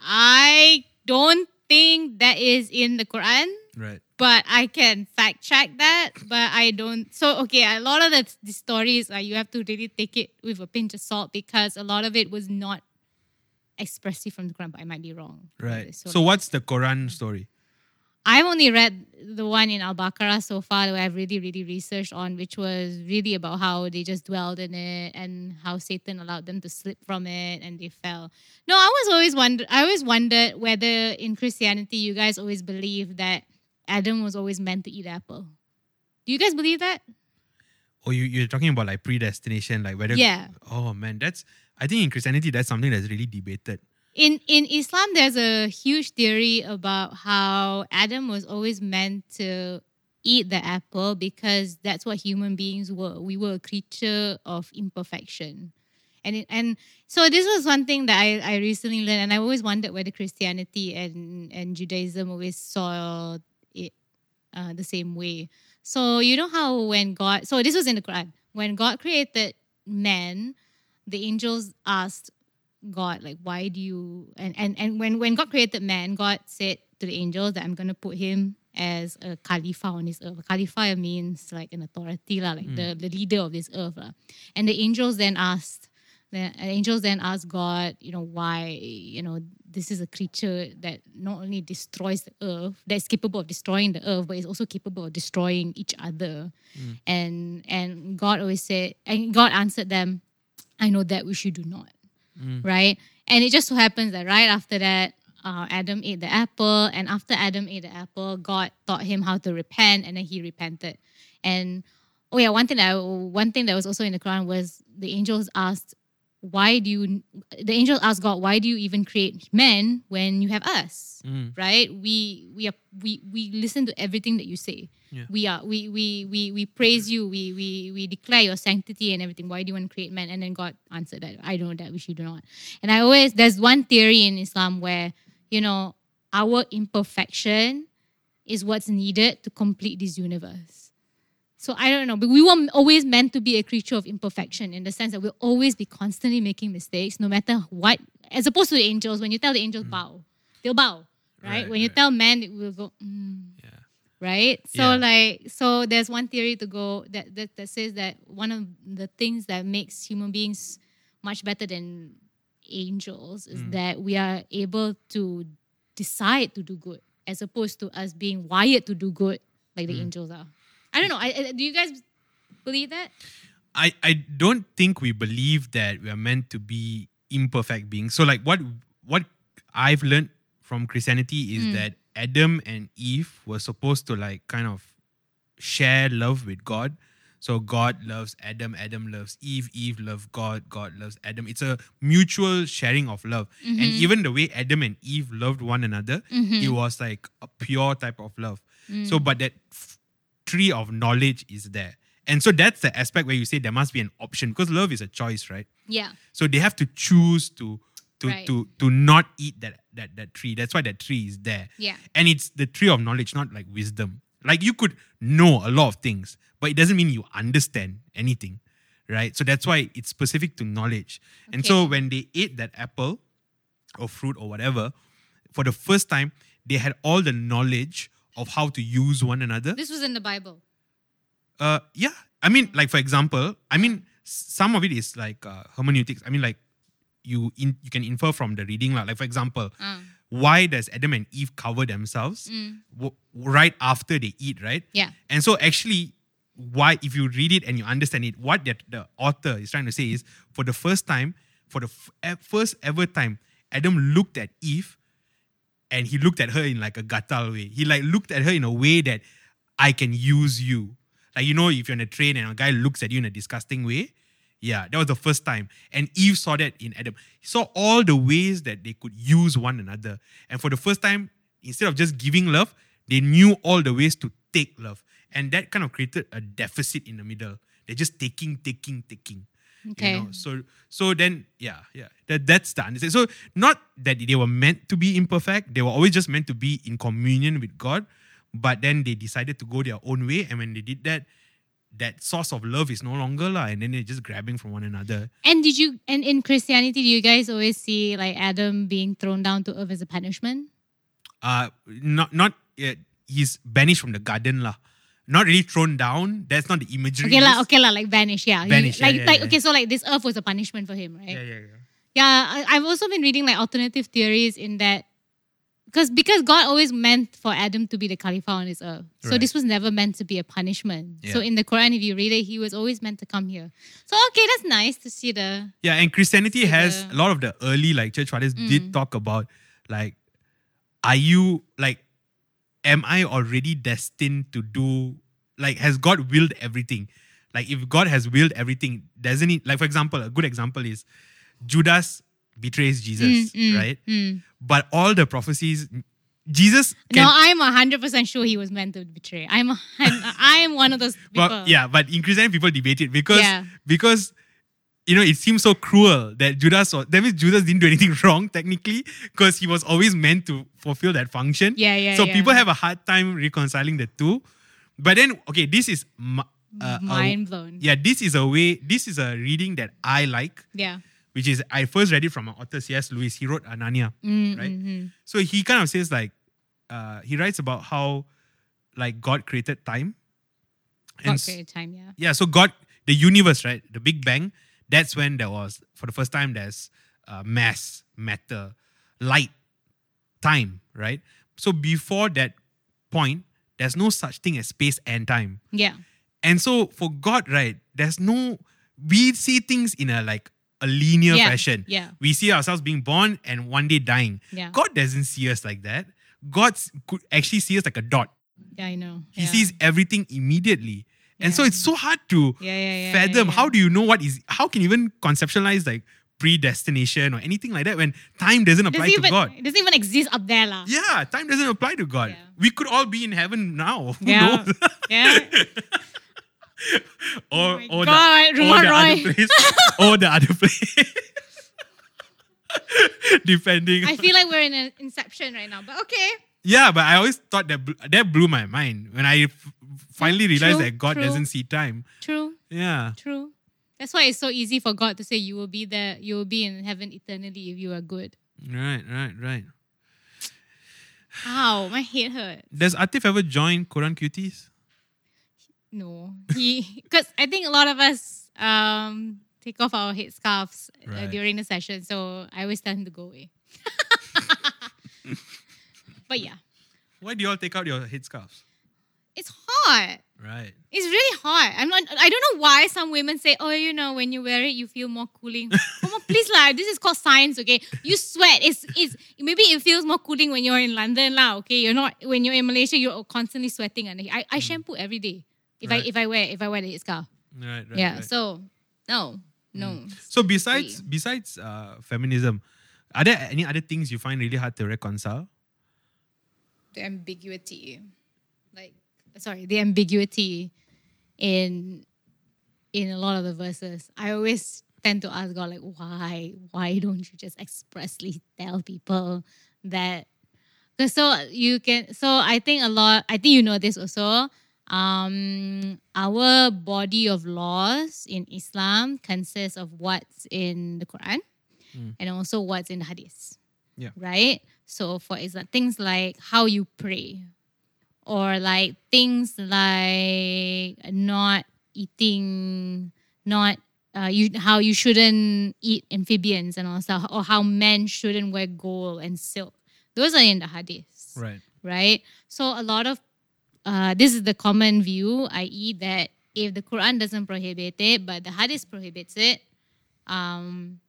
S2: I don't think that is in the Quran,
S1: Right.
S2: but I can fact check that. But I don't. So okay, a lot of the, the stories uh, you have to really take it with a pinch of salt because a lot of it was not expressly from the Quran. But I might be wrong.
S1: Right.
S2: So,
S1: So what's the Quran story?
S2: I've only read the one in Al Baqarah so far that I've really, really researched on, which was really about how they just dwelled in it and how Satan allowed them to slip from it and they fell. No, I was always wonder I always wondered whether in Christianity you guys always believe that Adam was always meant to eat apple. Do you guys believe that?
S1: Oh, you, you're talking about like predestination, like whether.
S2: Yeah.
S1: Oh, man. That's, I think in Christianity, that's something that's really debated.
S2: In in Islam there's a huge theory about how Adam was always meant to eat the apple because that's what human beings were. We were a creature of imperfection. And it, and so this was one thing that I, I recently learned and I always wondered whether Christianity and, and Judaism always saw it uh, the same way. So you know how when God so this was in the Quran. When God created man, the angels asked God, like, why do you and and and when when God created man, God said to the angels that I'm gonna put him as a khalifa on this earth. Khalifa means like an authority, lah, like the, the leader of this earth. lah. And the angels then asked the the angels then asked God, you know, why, you know, this is a creature that not only destroys the earth, that's capable of destroying the earth, but is also capable of destroying each other. And and God always said, and God answered them, I know that which you do not right? And it just so happens that right after that, uh, Adam ate the apple, and after Adam ate the apple, God taught him how to repent, and then he repented. And oh yeah, one thing that I, one thing that was also in the Quran was the angels asked, "Why do you?" The angels asked God, "Why do you even create men when you have us?" right we we are we we listen to everything that you say
S1: Yeah.
S2: we are we we we we praise you we we we declare your sanctity and everything why do you want to create man and then god answered that i know that which you do not and i always there's one theory in islam where you know our imperfection is what's needed to complete this universe so i don't know but we were always meant to be a creature of imperfection in the sense that we'll always be constantly making mistakes no matter what as opposed to the angels when you tell the angels bow they'll bow right?
S1: Mm. Right,
S2: when you
S1: right.
S2: tell men, it will go, mm,
S1: Yeah.
S2: right? So
S1: Yeah.
S2: like, so there's one theory to go that, that that says that one of the things that makes human beings much better than angels is
S1: Mm.
S2: that we are able to decide to do good as opposed to us being wired to do good like the
S1: Mm.
S2: angels are. I don't know. I, I- do you guys believe that?
S1: I, I don't think we believe that we are meant to be imperfect beings. So, like, what what I've learned from Christianity is
S2: Mm.
S1: that Adam and Eve were supposed to, like, kind of share love with God. So, God loves Adam, Adam loves Eve, Eve loves God, God loves Adam. It's a mutual sharing of love. And
S2: Mhm.
S1: even the way Adam and Eve loved one another, it
S2: Mhm.
S1: was like a pure type of love.
S2: Mm.
S1: So, but that f- tree of knowledge is there. And so that's the aspect where you say there must be an option because love is a choice, right?
S2: Yeah.
S1: So they have to choose to to
S2: Right.
S1: to to not eat that that that tree. That's why that tree is there.
S2: Yeah.
S1: And it's the tree of knowledge, not like wisdom. Like you could know a lot of things, but it doesn't mean you understand anything, right? So that's why it's specific to knowledge. And so
S2: Okay.
S1: when they ate that apple or fruit or whatever, for the first time, they had all the knowledge of how to use one another.
S2: This was in the Bible.
S1: Uh, yeah. I mean, like for example, I mean, s- some of it is like uh, hermeneutics. I mean, like you in, you can infer from the reading, lah. Like for example,
S2: Uh,
S1: why does Adam and Eve cover themselves
S2: mm,
S1: w- right after they eat, right?
S2: yeah.
S1: And so actually, why if you read it and you understand it, what that the author is trying to say is, for the first time, for the f- e- first ever time, Adam looked at Eve, and he looked at her in like a gatal way. He like looked at her in a way that I can use you. Like you know, if you're on a train and a guy looks at you in a disgusting way, yeah, that was the first time. And Eve saw that in Adam. He saw all the ways that they could use one another. And for the first time, instead of just giving love, they knew all the ways to take love. And that kind of created a deficit in the middle. They're just taking, taking, taking.
S2: Okay.
S1: You know? So so then yeah, yeah. That that's the understanding. So not that they were meant to be imperfect, they were always just meant to be in communion with God, but then they decided to go their own way. And when they did that, that source of love is no longer lah, and then they're just grabbing from one another.
S2: And did you and in Christianity do you guys always see like Adam being thrown down to earth as a punishment?
S1: Uh not not uh, he's banished from the garden lah. Not really thrown down. That's not the imagery.
S2: Okay lah,
S1: is.
S2: okay lah, like vanish, yeah. He-
S1: Vanish, yeah,
S2: like
S1: yeah,
S2: like
S1: yeah.
S2: okay, so like this earth was a punishment for him, right?
S1: Yeah, yeah, yeah.
S2: Yeah, I, I've also been reading like alternative theories in that because because God always meant for Adam to be the Khalifa on his earth. So
S1: Right.
S2: this was never meant to be a punishment. So
S1: Yeah.
S2: in the Quran, if you read it, he was always meant to come here. So okay, that's nice to see the
S1: Yeah, and
S2: See
S1: Christianity has
S2: the-
S1: a lot of the early like church fathers
S2: Mm.
S1: did talk about like are you like am I already destined to do like has God willed everything? Like if God has willed everything, doesn't it like for example, a good example is Judas betrays Jesus,
S2: Mm, mm,
S1: right?
S2: mm.
S1: But all the prophecies Jesus can
S2: no, I'm hundred percent sure he was meant to betray. I'm a, I'm, I'm one of those people.
S1: well, yeah, but in Christianity people debate it because
S2: Yeah.
S1: because you know it seems so cruel that Judas was, that means Judas didn't do anything wrong technically because he was always meant to fulfill that function.
S2: Yeah, yeah,
S1: So
S2: yeah.
S1: people have a hard time reconciling the two. But then okay, this is mi- uh, a-
S2: mind blown.
S1: yeah, this is a way. This is a reading that I like,
S2: yeah.
S1: which is I first read it from an author, C.S. Lewis. He wrote Anania.
S2: Mm,
S1: Right?
S2: mhm.
S1: So he kind of says like, uh, he writes about how like God created time.
S2: God
S1: s-
S2: created time. Yeah.
S1: yeah, so God, the universe, right? The Big Bang, that's when there was, for the first time, there's uh, mass, matter, light, time, right? So before that point, there's no such thing as space and time.
S2: Yeah.
S1: And so for God, right, there's no, we see things in a like a linear
S2: Yeah,
S1: fashion.
S2: yeah.
S1: We see ourselves being born and one day dying.
S2: Yeah.
S1: God doesn't see us like that. God s- could actually see us like a dot.
S2: Yeah. I know.
S1: He
S2: yeah.
S1: sees everything immediately. And so
S2: Yeah.
S1: it's so hard to
S2: Yeah, yeah, yeah, yeah,
S1: fathom.
S2: yeah.
S1: How do you know what is how can you even conceptualize like predestination or anything like that when time doesn't
S2: Doesn't
S1: apply to
S2: even,
S1: God?
S2: It doesn't even exist up there, lah.
S1: Yeah, time doesn't apply to God.
S2: Yeah.
S1: We could all be in heaven now. Who
S2: Yeah.
S1: knows?
S2: yeah. Oh
S1: or
S2: my
S1: or
S2: God,
S1: the, or
S2: Rumah
S1: the
S2: Roy.
S1: other place. or the other place. Depending.
S2: I
S1: on-
S2: feel like we're in an inception right now, but okay.
S1: Yeah, but I always thought that bl- that blew my mind when I f- finally realized
S2: True,
S1: that God
S2: true.
S1: doesn't see time.
S2: True,
S1: Yeah.
S2: true. That's why it's so easy for God to say you will be there, you will be in heaven eternally if you are good.
S1: Right, right, right.
S2: Ow, my head hurt.
S1: Does Atif ever join Quran Cuties?
S2: No. He because I think a lot of us um take off our headscarves uh,
S1: Right.
S2: during the session, so I always tell him to go away. but yeah.
S1: Why do you all take out your headscarves?
S2: It's hot.
S1: Right.
S2: It's really hot. I'm not. I don't know why some women say, "Oh, you know, when you wear it, you feel more cooling." Come on, please, lah. This is called science, okay? You sweat. It's it's maybe it feels more cooling when you're in London, lah. Okay, you're not when you're in Malaysia. You're constantly sweating, and I, I shampoo every day if
S1: Mm. Right.
S2: I if I wear if I wear the headscarf.
S1: Right, right.
S2: yeah.
S1: right. Mm.
S2: So no, no.
S1: So besides besides uh, feminism, are there any other things you find really hard to reconcile?
S2: the ambiguity, like sorry, the ambiguity in in a lot of the verses. I always tend to ask God, like, why? Why don't you just expressly tell people that? Because so you can, so I think a lot, I think you know this also. Um, our body of laws in Islam consists of what's in the Quran
S1: Mm.
S2: and also what's in the Hadith.
S1: Yeah.
S2: Right? So, for example, things like how you pray, or like things like not eating, not uh, you how you shouldn't eat amphibians and all stuff, or how men shouldn't wear gold and silk. Those are in the hadiths,
S1: Right.
S2: right? So a lot of uh, this is the common view, i.e., that if the Quran doesn't prohibit it, but the hadith prohibits it, um,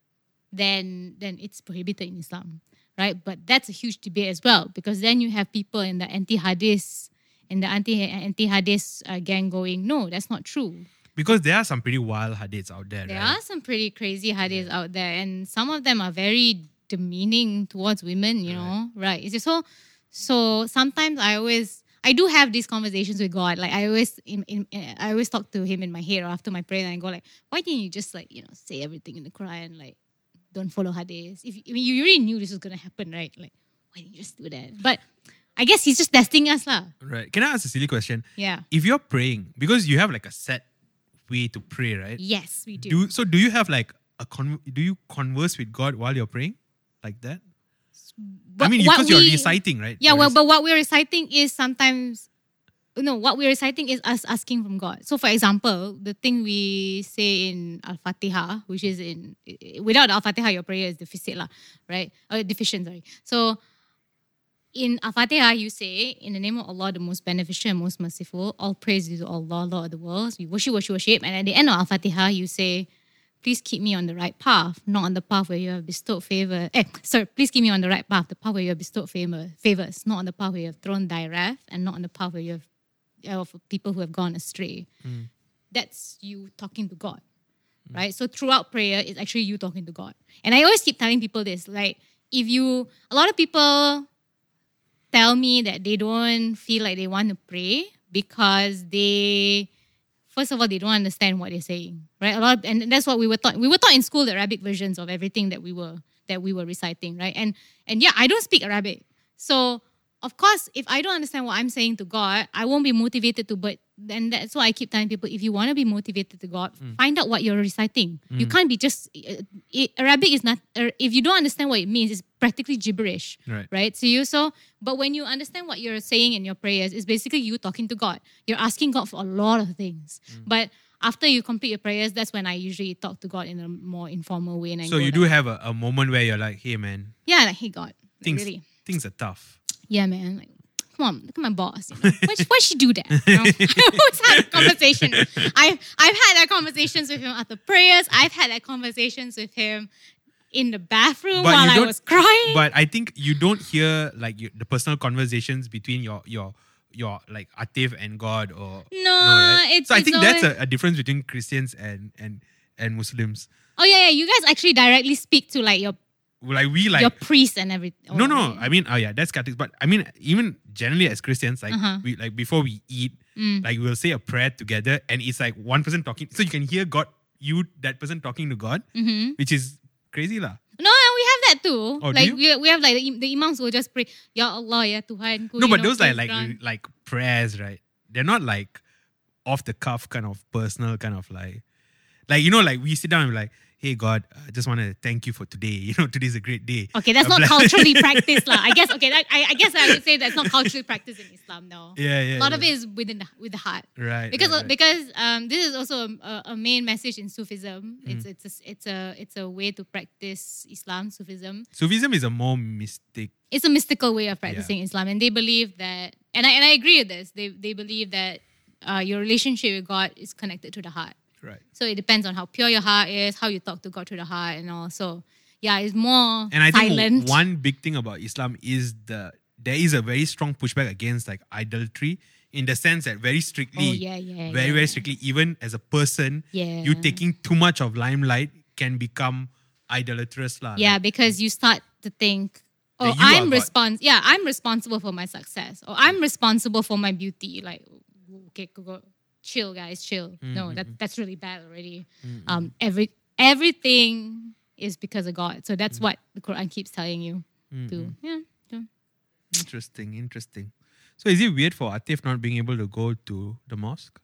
S2: then then it's prohibited in Islam, right? But that's a huge debate as well because then you have people in the anti-hadith in the anti anti-hadith uh, gang going, no, that's not true.
S1: Because there are some pretty wild hadiths out there,
S2: There
S1: right?
S2: are some pretty crazy hadiths out there, and some of them are very demeaning towards women. You
S1: Right.
S2: know, right? It's just so so. Sometimes I always I do have these conversations with God. Like I always in, in, I always talk to Him in my head or after my prayer, and I go like, why didn't you just like you know say everything in the Quran like don't follow hadiths? If I mean, you already knew this was gonna happen, right? Like why didn't you just do that? But I guess He's just testing us, lah.
S1: Right. Can I ask a silly question?
S2: Yeah.
S1: If you're praying, because you have like a set way to pray, right?
S2: Yes, we do.
S1: Do so do you have like a con- do you converse with God while you're praying? Like that? I
S2: But
S1: mean,
S2: what
S1: because you're
S2: we-
S1: reciting, right?
S2: Yeah,
S1: You're
S2: well,
S1: rec-
S2: but what we're reciting is sometimes, no, what we're reciting is us asking from God. So, for example, the thing we say in Al Fatiha, which is in, without Al Fatiha, your prayer is deficit, lah, right? Uh, deficient, sorry. So, in Al Fatiha, you say, In the name of Allah, the most beneficent and most merciful, all praise due to Allah, Lord of the worlds. We worship, worship, worship. And at the end of Al Fatiha, you say, Please keep me on the right path, not on the path where you have bestowed favor. Eh, sorry, please keep me on the right path, the path where you have bestowed favor, favors, not on the path where you have thrown thy wrath, and not on the path where you have of people who have gone astray. That's you talking to God, right? So throughout prayer, it's actually you talking to God. And I always keep telling people this, like if you, a lot of people tell me that they don't feel like they want to pray because they first of all they don't understand what they're saying right a lot of, and that's what we were taught we were taught in school the arabic versions of everything that we were that we were reciting right and and yeah i don't speak arabic so of course if i don't understand what i'm saying to god i won't be motivated to but and that's why i keep telling people if you want to be motivated to god find out what you're reciting you can't be just uh, it, arabic is not er, if you don't understand what it means it's practically gibberish
S1: Right.
S2: right? So you so but when you understand what you're saying in your prayers, it's basically you talking to God. You're asking God for a lot of things.
S1: Mm.
S2: But after you complete your prayers, that's when I usually talk to God in a more informal way. And I
S1: So
S2: go
S1: you
S2: like,
S1: do have a, a moment where you're like, hey man,
S2: yeah, like hey God, Like,
S1: things
S2: really,
S1: things are tough.
S2: yeah, man, like. Come on, look at my boss. You know? Why she- why she do that? You know? I always had a conversation. I've I've had that conversations with him after prayers. I've had that conversations with him in the bathroom
S1: But
S2: while
S1: you
S2: I
S1: don't-
S2: was crying.
S1: But I think you don't hear like you, the personal conversations between your your your like Atif and God or
S2: no,
S1: right?
S2: it's
S1: so I
S2: it's
S1: think
S2: always-
S1: that's a, a difference between Christians and and and Muslims.
S2: Oh yeah, yeah. You guys actually directly speak to like your
S1: Like we like
S2: your priest and everything.
S1: no no I mean oh yeah that's Catholics but I mean even generally as Christians like
S2: Uh-huh.
S1: we like before we eat
S2: Mm.
S1: like we'll say a prayer together and it's like one person talking so you can hear God you that person talking to God
S2: hmm
S1: which is crazy lah.
S2: No, we have that too.
S1: Oh, do
S2: like
S1: you?
S2: we, we have like the, im- the imams will just pray, Ya Allah, Ya Tuhan.
S1: No, but those like like re- like prayers, right? They're not like off the cuff kind of personal kind of like like you know like we sit down and be like, hey God, I just want to thank you for today. You know, today's a great day.
S2: Okay, that's not
S1: Black-
S2: culturally practiced, lah. I guess okay, that, I, I guess I would say that's not culturally practiced in Islam. No,
S1: Yeah, yeah.
S2: a lot of it is within the, with the heart.
S1: Right.
S2: because uh,
S1: right, right.
S2: because um, this is also a, a- a main message in Sufism. It's
S1: Mm.
S2: it's a, it's a it's a way to practice Islam Sufism.
S1: Sufism is a more mystic.
S2: it's a mystical way of practicing Islam, and they believe that, and I and I agree with this. They they believe that uh, your relationship with God is connected to the heart.
S1: Right.
S2: So it depends on how pure your heart is, how you talk to God through the heart, and all. So yeah, it's more
S1: And I think
S2: silent.
S1: one big thing about Islam is the there is a very strong pushback against like idolatry in the sense that very
S2: oh
S1: strictly
S2: yeah, yeah,
S1: very,
S2: yeah.
S1: very strictly, even as a person,
S2: Yeah.
S1: you taking too much of limelight can become idolatrous. lah.
S2: Yeah,
S1: Like,
S2: because you start to think, oh,
S1: you are
S2: I'm
S1: God.
S2: responsible. Yeah, Oh, I'm responsible for my success, or I'm responsible for my beauty. Like, okay, go- go- chill, guys, chill. No, that that's really bad already.
S1: Mm, mm.
S2: Um, every everything is because of God. So that's what the Quran keeps telling you
S1: Mm,
S2: to.
S1: mm.
S2: Yeah.
S1: Interesting, interesting. So is it weird for Atif not being able to go to the mosque?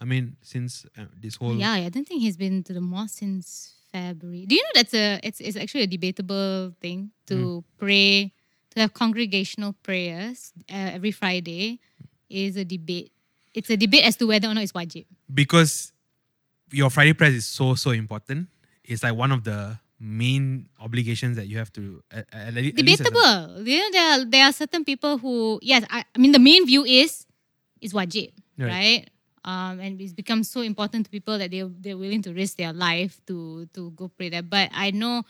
S1: I mean, since uh, this whole
S2: Yeah, I don't think he's been to the mosque since February. Do you know that's a it's it's actually a debatable thing to pray to have congregational prayers uh, every Friday is a debate. It's a debate as to whether or not it's wajib.
S1: because your Friday prayers is so so important. It's like one of the main obligations that you have to uh, at, le- at least as a-
S2: Debatable. You know, there are, there are certain people who yes, I, I mean the main view is is wajib,
S1: Right.
S2: right? Um, and it's become so important to people that they they're willing to risk their life to to go pray there. But I know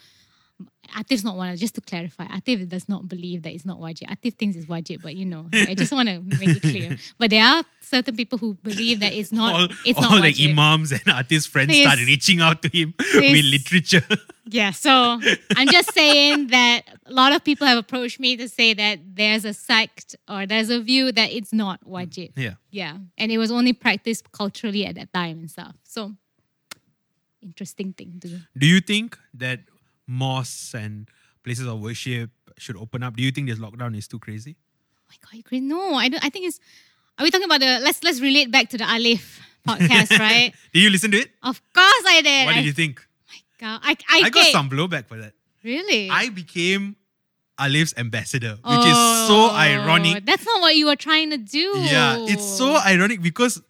S2: Atif's not one. of- Just to clarify, Atif does not believe that it's not wajib. Atif thinks it's wajib, but you know, I just want to make it clear. But there are certain people who believe that it's not.
S1: all,
S2: it's
S1: all
S2: not
S1: the
S2: wajib.
S1: imams and artist friends
S2: Please.
S1: started reaching out to him with
S2: Please.
S1: literature.
S2: Yeah, so I'm just saying that a lot of people have approached me to say that there's a sect or there's a view that it's not wajib.
S1: yeah.
S2: Yeah, and it was only practiced culturally at that time and stuff. So, interesting thing to do. Oh
S1: Do you think that mosques and places of worship should open up? Do you think this lockdown is too crazy?
S2: Oh my god, you crazy? No, I don't. I think it's. Are we talking about the? Let's let's relate back to the Alif podcast, right?
S1: Did you listen to it?
S2: Of course, I did.
S1: What
S2: I,
S1: did you think?
S2: God, I, I,
S1: I got
S2: get-
S1: some blowback for that.
S2: Really?
S1: I became Alif's ambassador, which is so
S2: Oh,
S1: ironic.
S2: That's not what you were trying to do.
S1: Yeah, it's so ironic because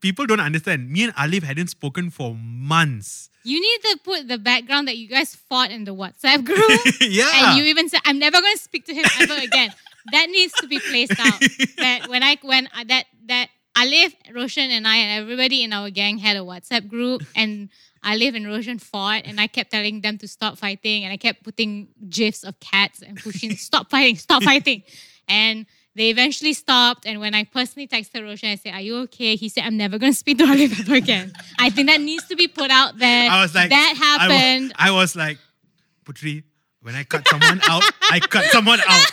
S1: people don't understand. Me and Alif hadn't spoken for months.
S2: You need to put the background that you guys fought in the WhatsApp group.
S1: yeah.
S2: and you even said, I'm never going to speak to him ever again. that needs to be placed out. That when I, when I, that, that Alif, Roshan, and I, and everybody in our gang had a WhatsApp group, and Alif and Roshan fought, and I kept telling them to stop fighting, and I kept putting gifs of cats and pushing, stop fighting, stop fighting. And they eventually stopped. And when I personally texted Roshan, I said, Are you okay? He said, I'm never going to speak to Alif ever again. I think that needs to be put out there.
S1: I was like,
S2: That
S1: I wa-
S2: happened.
S1: I was, like, Putri, when I cut someone out, I cut someone out.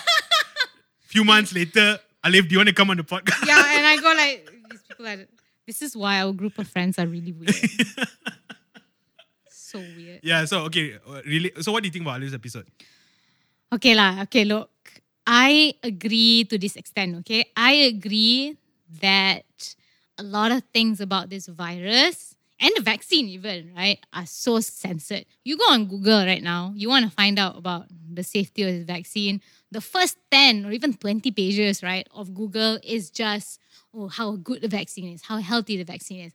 S1: Few months later, Alif, do you want to come on the podcast?
S2: yeah, and I go like, these people are. This is why our group of friends are really weird. so weird.
S1: Yeah, so okay, uh, really. So, what do you think about Alif's episode?
S2: Okay lah. Okay, look. I agree to this extent. Okay, I agree that a lot of things about this virus and the vaccine even right are so censored. You go on Google right now. You want to find out about the safety of the vaccine. The first ten or even twenty pages right of Google is just oh how good the vaccine is, how healthy the vaccine is.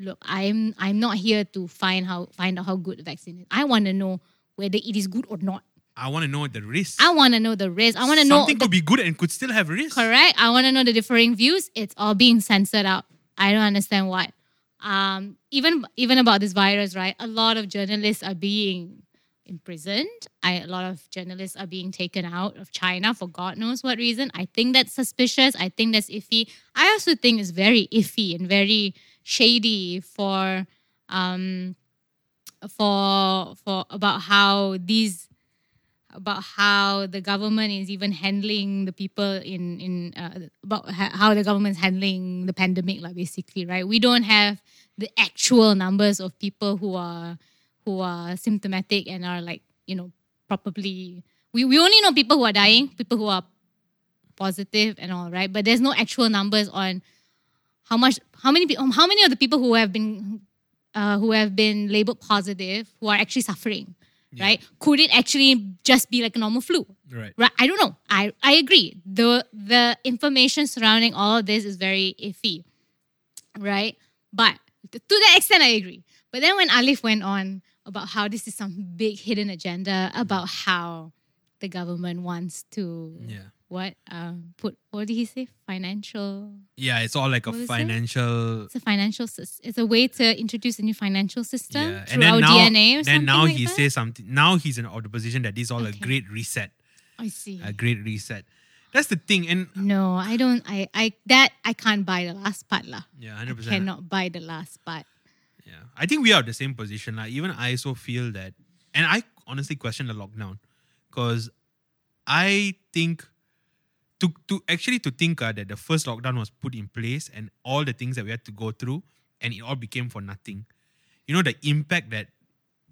S2: Look, I'm I'm not here to find how find out how good the vaccine is. I want to know whether it is good or not.
S1: I want to know the risk.
S2: I want to know the risk. I want to know
S1: something
S2: the-
S1: could be good and could still have risk.
S2: correct. I want to know the differing views. It's all being censored out. I don't understand why. Um, even even about this virus, right? A lot of journalists are being imprisoned. I, a lot of journalists are being taken out of China for God knows what reason. I think that's suspicious. I think that's iffy. I also think it's very iffy and very shady for um for for about how these about how the government is even handling the people in in uh, about ha- how the government's handling the pandemic like basically right we don't have the actual numbers of people who are who are symptomatic and are like you know probably we, we only know people who are dying people who are positive and all right but there's no actual numbers on how much how many people how many of the people who have been uh, who have been labeled positive who are actually suffering
S1: Yeah.
S2: right could it actually just be like a normal flu
S1: Right.
S2: right i don't know i i agree the the information surrounding all of this is very iffy right but to that extent i agree but then when alif went on about how this is some big hidden agenda about how the government wants to
S1: Yeah.
S2: what um put what did he say financial
S1: Yeah, it's all like a
S2: What is it?
S1: financial.
S2: it's a financial sys- it's a way to introduce a new financial system
S1: Yeah.
S2: through our DNA or
S1: then
S2: something
S1: now
S2: like
S1: he
S2: that?
S1: says something. Now he's in of the position that this is all a
S2: Okay.
S1: great reset,
S2: I see
S1: a great reset. That's the thing, and
S2: no I don't I I that I can't buy the last part lah
S1: yeah,
S2: I
S1: hundred percent.
S2: cannot buy the last part
S1: Yeah, I think we are the same position. Like even I so feel that, and I honestly question the lockdown, because I think to to actually to think uh, that the first lockdown was put in place and all the things that we had to go through and it all became for nothing. You know the impact that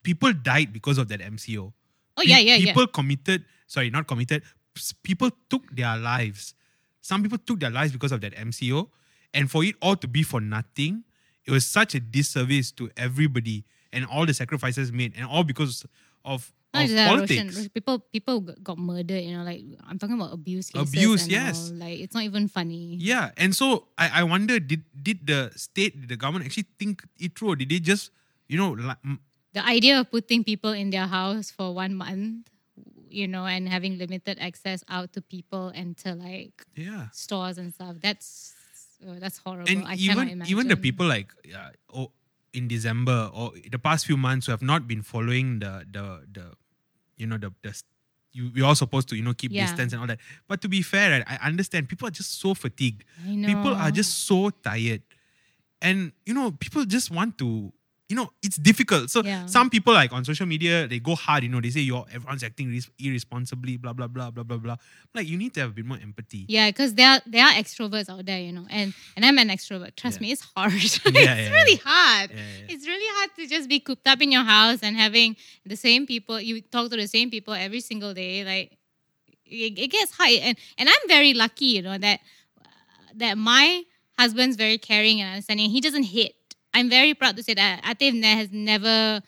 S1: people died because of that MCO.
S2: Oh
S1: Pe-
S2: yeah, yeah, yeah.
S1: People committed, sorry, not committed. s- People took their lives. Some people took their lives because of that MCO, and for it all to be for nothing, it was such a disservice to everybody and all the sacrifices made, and all because of,
S2: Not
S1: of
S2: just that, Roshan,
S1: politics.
S2: Roshan, people people g- got murdered. You know, like I'm talking about abuse cases.
S1: Abuse,
S2: and
S1: yes.
S2: all. Like it's not even funny.
S1: Yeah, and so I, I wonder did did the state, did the government actually think it through, or did they just you know like, mm,
S2: The idea of putting people in their house for one month, you know, and having limited access out to people and to like
S1: yeah.
S2: stores and stuff. That's oh, that's horrible.
S1: and
S2: I cannot
S1: even
S2: imagine.
S1: even the people like uh, oh, in December or the past few months who have not been following the the the you know the the you we are supposed to you know keep
S2: Yeah.
S1: distance and all that. But to be fair, right, I understand people are just so fatigued.
S2: I know.
S1: People are just so tired, and you know people just want to. You know, it's difficult. So
S2: Yeah.
S1: some people like on social media, they go hard. You know, they say you're everyone's acting irres- irresponsibly, blah blah blah blah blah blah. Like you need to have a bit more empathy.
S2: Yeah, because there are there are extroverts out there, you know, and and I'm an extrovert. Trust
S1: Yeah.
S2: me, it's hard. it's
S1: yeah, yeah.
S2: really hard.
S1: Yeah, yeah.
S2: It's really hard to just be cooped up in your house and having the same people. You talk to the same people every single day. Like it, it gets hard, and and I'm very lucky, you know, that that my husband's very caring and understanding. He doesn't hit. I'm very proud to say that Atif ne- has never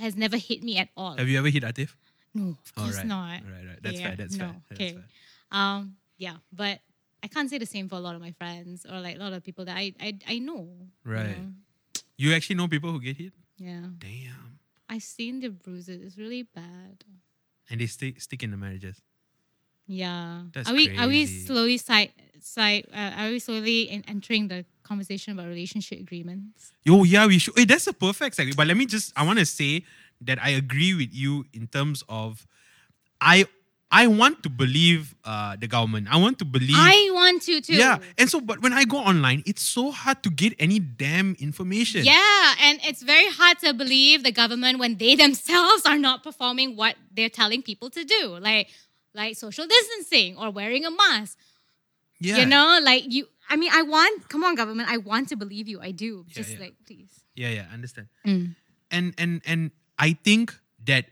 S2: has never hit me at all.
S1: Have you ever hit Atif?
S2: No, of
S1: All
S2: course
S1: right.
S2: not.
S1: Right, right. That's
S2: Yeah,
S1: fair. That's fair.
S2: no,
S1: That's
S2: okay.
S1: fair.
S2: Um, yeah, but I can't say the same for a lot of my friends or like a lot of people that I I, I know. you
S1: Right.
S2: know?
S1: You actually know people who get hit?
S2: Yeah.
S1: Damn.
S2: I've seen the bruises. It's really bad.
S1: And they stay stick in the marriages.
S2: Yeah.
S1: That's
S2: are we are we
S1: crazy.
S2: slowly side side uh, are we slowly in, entering the conversation about relationship agreements?
S1: Yo, yeah, we should. Hey, that's a perfect segue. But let me just, I want to say that I agree with you in terms of, I, I want to believe uh, the government. I want to believe.
S2: I want to too.
S1: Yeah, and so, but when I go online, it's so hard to get any damn information.
S2: Yeah, and it's very hard to believe the government when they themselves are not performing what they're telling people to do, like like social distancing or wearing a mask.
S1: yeah,
S2: You know, like you. I mean, I want. Come on, government. I want to believe you. I do.
S1: Yeah,
S2: Just
S1: yeah.
S2: like, please.
S1: yeah, yeah. Understand.
S2: Mm.
S1: and and and I think that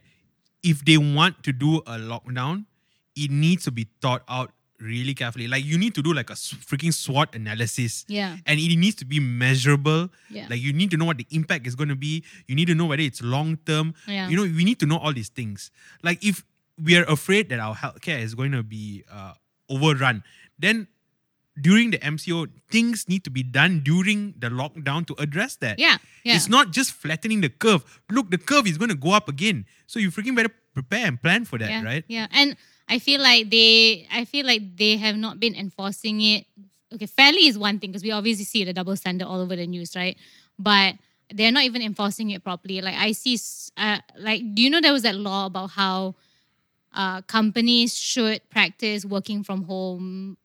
S1: if they want to do a lockdown, it needs to be thought out really carefully. Like you need to do like a s- freaking SWOT analysis,
S2: Yeah.
S1: and it needs to be measurable.
S2: Yeah.
S1: Like you need to know what the impact is going to be. You need to know whether it's long term.
S2: Yeah.
S1: You know, we need to know all these things. Like if we are afraid that our healthcare is going to be uh, overrun, then during the MCO, things need to be done during the lockdown to address that.
S2: yeah. Yeah.
S1: It's not just flattening the curve. Look, the curve is going to go up again. So you freaking better prepare and plan for that,
S2: yeah,
S1: right?
S2: Yeah. And I feel like they. I feel like they have not been enforcing it. Okay, fairly is one thing because we obviously see the double standard all over the news, right? But they're not even enforcing it properly. Like I see, s- uh, like do you know there was that law about how uh, companies should practice working from home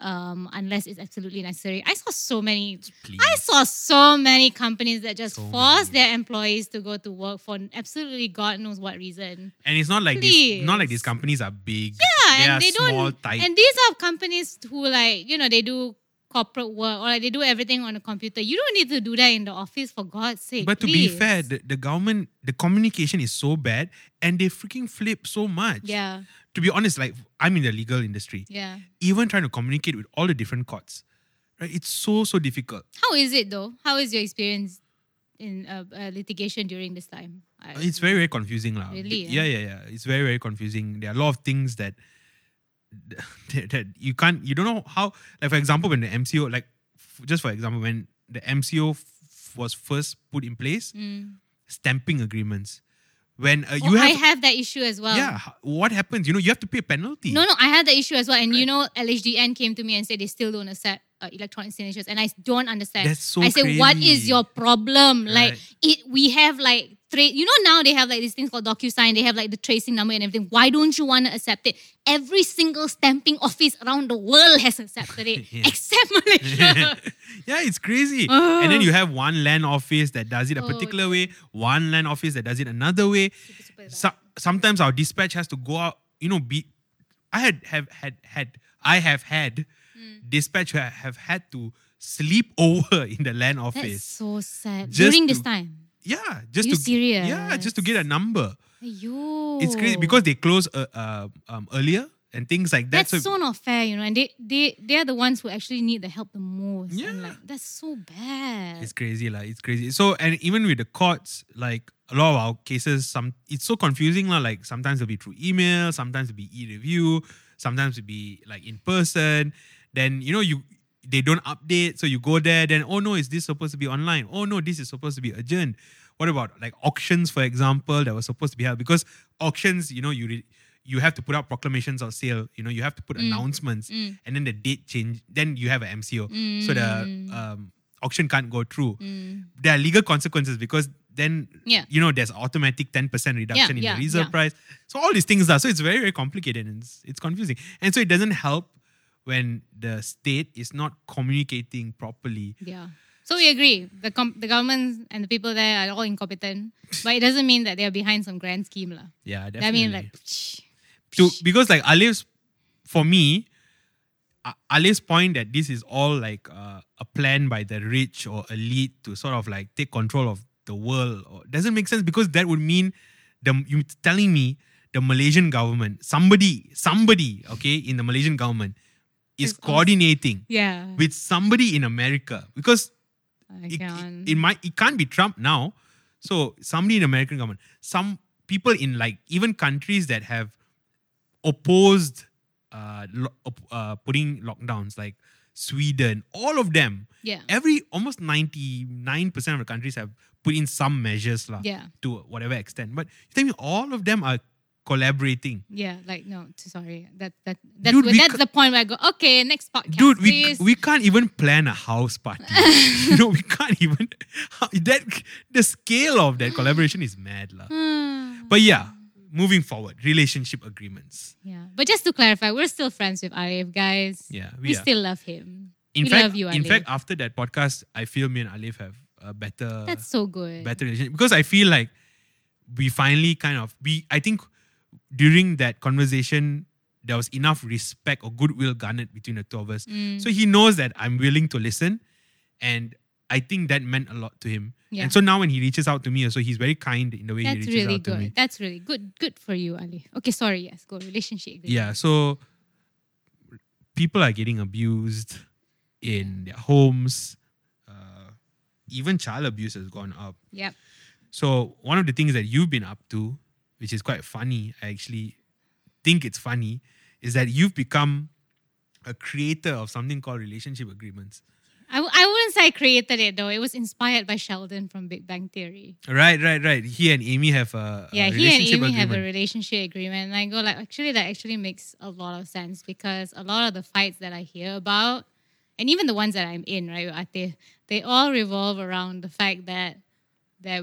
S2: um, unless it's absolutely necessary. I saw so many
S1: Please.
S2: I saw so many companies that just
S1: Mm. So
S2: force
S1: many.
S2: their employees to go to work for absolutely God knows what reason.
S1: And it's not like these, not like these
S2: Please.
S1: companies are big.
S2: Yeah,
S1: they
S2: and
S1: are
S2: they
S1: small,
S2: don't.
S1: tight.
S2: And these are companies who like you know they do corporate work or like they do everything on a computer. You don't need to do that in the office for God's sake.
S1: but to be
S2: please.
S1: fair, the, the government, the communication is so bad, and they freaking flip so much.
S2: yeah,
S1: To be honest, like I'm in the legal industry,
S2: yeah.
S1: even trying to communicate with all the different courts, right? It's so so difficult.
S2: How is it though? How is your experience in uh, uh, litigation during this time? I-
S1: It's very, very confusing. lah.
S2: Really, eh?
S1: Yeah, yeah, yeah. It's very, very confusing. There are a lot of things that, that, that you can't, you don't know how, like, for example, when the MCO, like, f- just for example, when the MCO f- was first put in place,
S2: Mm.
S1: stamping agreements. When uh, you
S2: Oh, I
S1: have,
S2: have that issue as well.
S1: yeah, h- what happens? You know, you have to pay a penalty.
S2: No, no, I had the issue as well. And you know, LHDN came to me and said they still don't accept uh, electronic signatures. And I s- don't understand.
S1: That's so
S2: I said, what
S1: crazy."
S2: is your problem? Like,
S1: Right.
S2: it, we have like trade. You know, now they have like these things called DocuSign. They have like the tracing number and everything. Why don't you want to accept it? Every single stamping office around the world has accepted it,
S1: Yeah.
S2: except Malaysia.
S1: yeah, it's crazy.
S2: Ugh.
S1: And then you have one land office that does it a
S2: Oh,
S1: particular way, one land office that does it another way.
S2: Super, super bad.
S1: so, sometimes our dispatch has to go out, you know, be I had have had had I have had
S2: Hmm.
S1: dispatch where I have had to sleep over in the land
S2: That's
S1: office.
S2: so sad.
S1: Just
S2: During this
S1: to-
S2: time.
S1: yeah, just
S2: You
S1: to yeah, just to get
S2: serious?
S1: a
S2: Oh.
S1: number.
S2: Ayo.
S1: It's crazy because they close uh, uh, um, earlier and things like that.
S2: that's, so not fair, you know. And they they they're the ones who actually need the help the most. Yeah.
S1: Yeah.
S2: like that's so bad.
S1: It's crazy, like it's crazy. So and even with the courts, like a lot of our cases, some it's so confusing, lah. Like sometimes it'll be through email, sometimes it'll be e-review, sometimes it'll be like in person. Then you know you they don't update, so you go there. Then oh no, is this supposed to be online? Oh no, this is supposed to be adjourned. What about like auctions, for example, that was supposed to be held because auctions, you know, you re- you have to put out proclamations or sale. You know, you have to put announcements,
S2: Mm.
S1: and then the date change. Then you have an MCO so the
S2: Mm.
S1: um, auction can't go through.
S2: Mm.
S1: There are legal consequences because then
S2: Yeah.
S1: you know there's automatic 10% reduction in
S2: yeah,
S1: the reserve
S2: yeah.
S1: price. So all these things are so it's very very complicated and it's, it's confusing. And so it doesn't help when the state is not communicating properly.
S2: Yeah. So we agree. The com- the governments and the people there are all incompetent, but it doesn't mean that they are behind some grand scheme, lah.
S1: Yeah, definitely.
S2: I mean, like, psh,
S1: to because like Alif's for me, A- Alif's point that this is all like uh, a plan by the rich or elite to sort of like take control of the world or, doesn't make sense because that would mean the you telling me the Malaysian government somebody somebody okay in the Malaysian government
S2: Is
S1: is
S2: also-
S1: coordinating
S2: yeah.
S1: with somebody in America because
S2: I
S1: it,
S2: can.
S1: it, it might it can't be Trump now. So somebody in American government, some people in like even countries that have opposed uh, lo- op- uh putting lockdowns like Sweden, all of them,
S2: yeah.
S1: every almost ninety nine percent of the countries have put in some measures lah
S2: Yeah.
S1: to whatever extent. But you tell me all of them are collaborating.
S2: Yeah. Like, no, t- sorry. That that that's,
S1: Dude,
S2: where-
S1: we
S2: that's
S1: ca-
S2: the point where I go. Okay, next podcast.
S1: Dude, we,
S2: please."
S1: we can't even plan a house party. you know, we can't even that the scale of that collaboration is mad lah.
S2: Ah.
S1: But yeah, moving forward, relationship agreements.
S2: yeah. But just to clarify, we're still friends with Arif, guys.
S1: Yeah,
S2: We,
S1: we, are.
S2: still love him.
S1: in
S2: we
S1: fact,
S2: love you,
S1: in
S2: Alif.
S1: fact, after that podcast, I feel me and Alif have a better,
S2: That's so good.
S1: Uh, better relationship because I feel like we finally kind of we. I think during that conversation, there was enough respect or goodwill garnered between the two of us.
S2: Mm.
S1: So he knows that I'm willing to listen, and I think that meant a lot to him.
S2: Yeah.
S1: And so now when he reaches out to me, so he's very kind in the way
S2: That's
S1: he reaches
S2: really
S1: out to me.
S2: good. That's really good. Good for you, Ali. Okay, sorry. Yes, go relationship. agreement.
S1: Yeah, so people are getting abused in their homes. Uh, even child abuse has gone up.
S2: Yep.
S1: So one of the things that you've been up to, which is quite funny, I actually think it's funny, is that you've become a creator of something called relationship agreements.
S2: I, w- I wouldn't say I created it though. It was inspired by Sheldon from Big Bang Theory.
S1: Right, right, right. He and Amy have a, a
S2: Yeah, he and Amy
S1: Uh, relationship
S2: have a
S1: agreement.
S2: relationship agreement, and I go like, actually, that actually makes a lot of sense because a lot of the fights that I hear about, and even the ones that I'm in, right, with Ate, they all revolve around the fact that that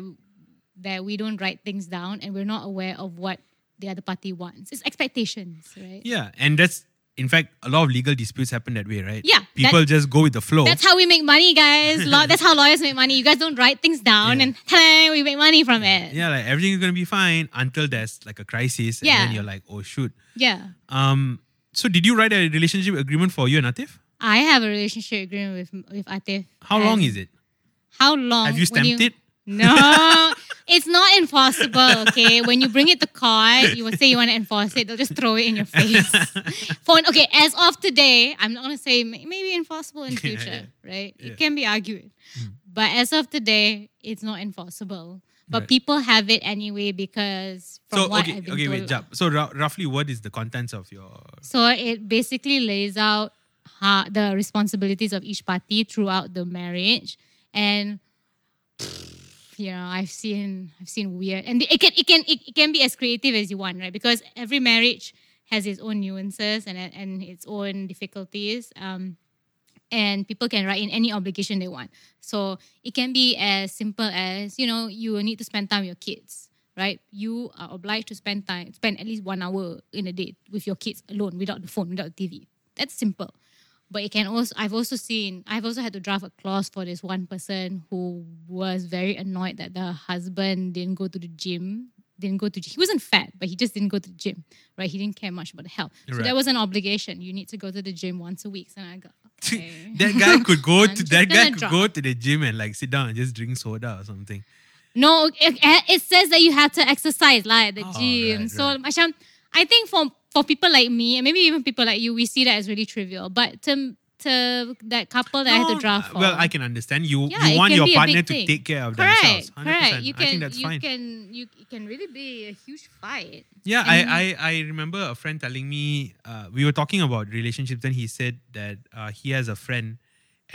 S2: that we don't write things down and we're not aware of what the other party wants. It's expectations, right?
S1: yeah, and that's in fact a lot of legal disputes happen that way, right?
S2: Yeah, that-
S1: people just go with the flow.
S2: That's how we make money, guys. Law- that's how lawyers make money. You guys don't write things down,
S1: Yeah.
S2: and ta-da, we make money from it.
S1: yeah like everything is gonna be fine until there's like a crisis and
S2: Yeah.
S1: then you're like oh shoot
S2: yeah.
S1: um so did you write a relationship agreement for you and Atif
S2: I have a relationship agreement with with Atif.
S1: how long is it
S2: How long?
S1: have you
S2: when
S1: stamped it
S2: No, it's not enforceable. Okay, when you bring it to court, you will say you want to enforce it. They'll just throw it in your face. Phone. Okay, as of today, I'm not gonna say may- maybe enforceable in
S1: Yeah,
S2: future, right?
S1: Yeah.
S2: It
S1: Hmm.
S2: can be argued, but as of today, it's not enforceable. But
S1: Right.
S2: people have it anyway because from
S1: so
S2: what
S1: okay
S2: I've been
S1: okay
S2: told,
S1: wait jump so rou- roughly what is the contents of your
S2: so it basically lays out how, the responsibilities of each party throughout the marriage, and you know I've seen I've seen weird, and it can it can it, it can be as creative as you want, right? Because every marriage has its own nuances and and its own difficulties. Um, and people can write in any obligation they want. So it can be as simple as you know you will need to spend time with your kids, right? You are obliged to spend time, spend at least one hour in a day with your kids alone, without the phone, without the TV. That's simple. But it can also I've also seen I've also had to draft a clause for this one person who was very annoyed that the husband didn't go to the gym didn't go to gy- he wasn't fat but he just didn't go to the gym right he didn't care much about the health so
S1: Right.
S2: that was an obligation you need to go to the gym once a week and i go okay
S1: that guy could go
S2: I'm
S1: to
S2: just
S1: that guy
S2: gonna
S1: could
S2: drop.
S1: go to the gym and like sit down and just drink soda or something.
S2: No, it, it says that you have to exercise like at the
S1: Oh,
S2: gym.
S1: right,
S2: so
S1: right.
S2: macam, I think for for people like me and maybe even people like you, we see that as really trivial. But to to that couple that I had
S1: No,
S2: to draft
S1: uh,
S2: for,
S1: Well, I can understand. You
S2: Yeah,
S1: you
S2: it
S1: want
S2: can
S1: your
S2: be a
S1: partner
S2: big
S1: to
S2: thing.
S1: take care of
S2: correct,
S1: themselves. 100%.
S2: correct. You
S1: I
S2: can
S1: think that's
S2: you
S1: fine.
S2: can you it can really be a huge fight.
S1: Yeah,
S2: And-
S1: I, I I remember a friend telling me uh, we were talking about relationships, and he said that uh, he has a friend,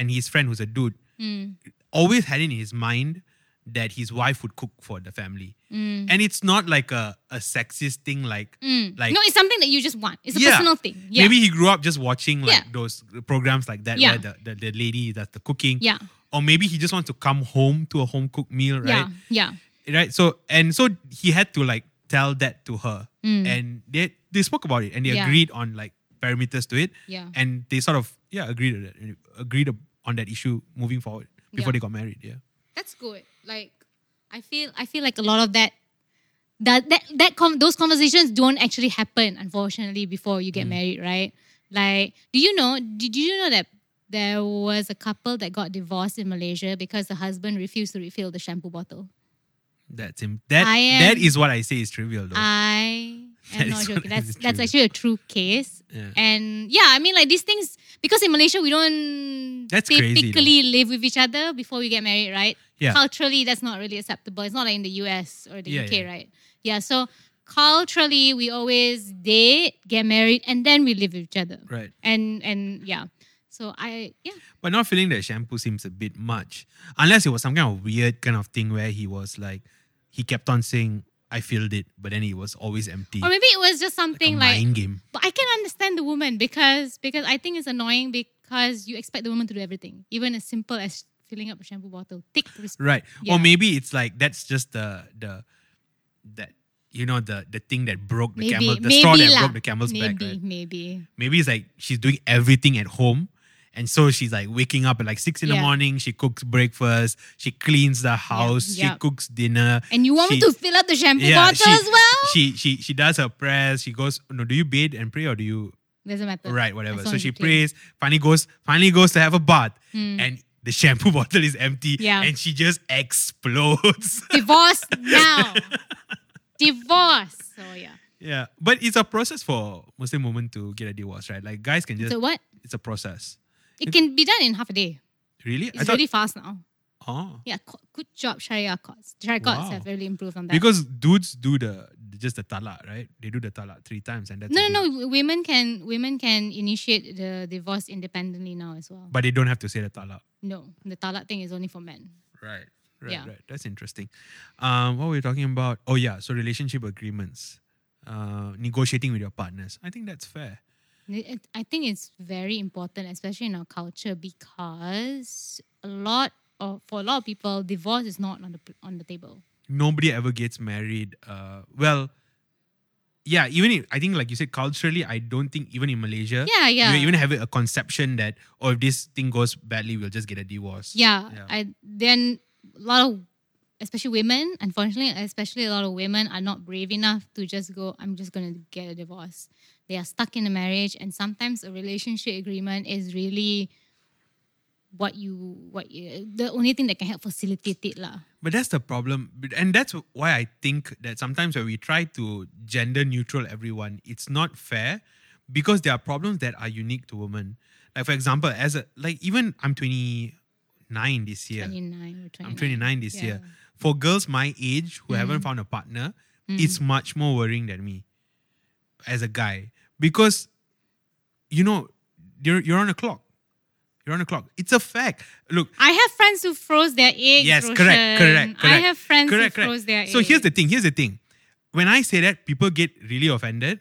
S1: and his friend who's a dude
S2: Mm,
S1: always had in his mind that his wife would cook for the family,
S2: mm,
S1: and it's not like a a sexist thing. Like
S2: mm.
S1: like-
S2: no, it's something that you just want. It's a
S1: Yeah.
S2: personal thing. Yeah.
S1: maybe he grew up just watching like
S2: Yeah.
S1: those programs like that
S2: Yeah.
S1: where the, the the lady does the cooking,
S2: yeah,
S1: or maybe he just wants to come home to a home cooked meal, right?
S2: yeah, yeah,
S1: right so and so he had to like tell that to her
S2: Mm.
S1: and they they spoke about it and they
S2: Yeah.
S1: agreed on like parameters to it
S2: yeah.
S1: and they sort of yeah agreed on that, agreed ab- on that issue moving forward before
S2: Yeah.
S1: they got married yeah
S2: that's good. Like I feel I feel like a lot of that that that, that com- those conversations don't actually happen unfortunately before you get married, right? Like do you know did you know that there was a couple that got divorced in Malaysia because the husband refused to refill the shampoo bottle.
S1: that's him that
S2: I am-
S1: that is what i say is trivial though
S2: I
S1: That
S2: am not
S1: is
S2: joking.
S1: what is
S2: That's that's
S1: true.
S2: actually a true case.
S1: Yeah.
S2: And yeah, I mean like these things because in Malaysia we don't
S1: That's crazy,
S2: typically live with each other before we get married, right?
S1: Yeah.
S2: Culturally that's not really acceptable. It's not like in the US or the
S1: Yeah,
S2: UK,
S1: yeah.
S2: right? Yeah. So culturally we always date, get married, and then we live with each other.
S1: right
S2: And and yeah. So I yeah.
S1: but not feeling that shampoo seems a bit much unless it was some kind of weird kind of thing where he was like he kept on saying i filled it but then it was always empty
S2: Or maybe it was just something
S1: a
S2: like
S1: mind game
S2: But I can understand the woman because because I think it's annoying because you expect the woman to do everything, even as simple as filling up a shampoo bottle. Take responsibility.
S1: Right.
S2: Yeah.
S1: Or maybe it's like that's just the the that you know the the thing that broke the
S2: Maybe,
S1: camel the
S2: maybe
S1: straw that
S2: lah.
S1: broke the camel's back.
S2: Maybe,
S1: Right?
S2: maybe.
S1: Maybe it's like she's doing everything at home. And so she's like waking up at like six in the
S2: Yeah.
S1: morning. She cooks breakfast. She cleans the house. She
S2: yeah.
S1: cooks dinner.
S2: And you want me
S1: She-
S2: to fill up the shampoo
S1: Yeah,
S2: bottle
S1: she-
S2: as well?
S1: She she she does her prayers. She goes. No, do you bathe and pray or do you
S2: Doesn't matter.
S1: right whatever?
S2: as long as
S1: So she
S2: you clean.
S1: prays. Finally goes. Finally goes to have a bath,
S2: Mm.
S1: and the shampoo bottle is empty.
S2: Yeah.
S1: and she just explodes.
S2: Divorce now. Divorce. So yeah.
S1: Yeah, but it's a process for Muslim women to get a divorce, right? Like guys can just
S2: So what?
S1: it's a process.
S2: It can be done in half a day.
S1: Really?
S2: It's really fast now.
S1: oh.
S2: Yeah. co- Good job, Sharia courts. Sharia courts
S1: Wow.
S2: have really improved on that.
S1: Because dudes do the just the talak, right? They do the talak three times and that's
S2: no,
S1: it.
S2: no, no. w- Women can women can initiate the divorce independently now as well.
S1: But they don't have to say the talak.
S2: No, the talak thing is only for men.
S1: Right. Right,
S2: Yeah.
S1: right. That's interesting. Um, what were we talking about? Oh yeah, so relationship agreements. Uh, negotiating with your partners. I think that's fair.
S2: N- it- I think it's very important, especially in our culture, because a lot of for a lot of people, divorce is not on the p- on the table.
S1: Nobody ever gets married. Uh, well, yeah, even if, I think like you said, culturally, I don't think even in Malaysia,
S2: Yeah, yeah,
S1: You even have a conception that, oh, if this thing goes badly, we'll just get a divorce.
S2: yeah.
S1: Yeah.
S2: I then a lot of especially women, unfortunately, especially a lot of women are not brave enough to just go. I'm just gonna get a divorce. They are stuck in a marriage, and sometimes a relationship agreement is really what you what you, the only thing that can help facilitate it lah.
S1: But that's the problem. But- And that's why I think that sometimes when we try to gender neutral everyone, it's not fair because there are problems that are unique to women. Like, for example, as a, like, even I'm 29 this year.
S2: 29 or 29.
S1: I'm 29 this
S2: Yeah.
S1: year. For girls my age who haven't found a partner, it's much more worrying than me as a guy because you know you're you're on a clock. You're on a clock. It's a fact. Look,
S2: I have friends who froze their eggs.
S1: yes,
S2: Roshan.
S1: correct, correct, correct.
S2: I have friends
S1: correct,
S2: who
S1: correct.
S2: froze their eggs.
S1: So here's the thing. Here's the thing. When I say that, people get really offended.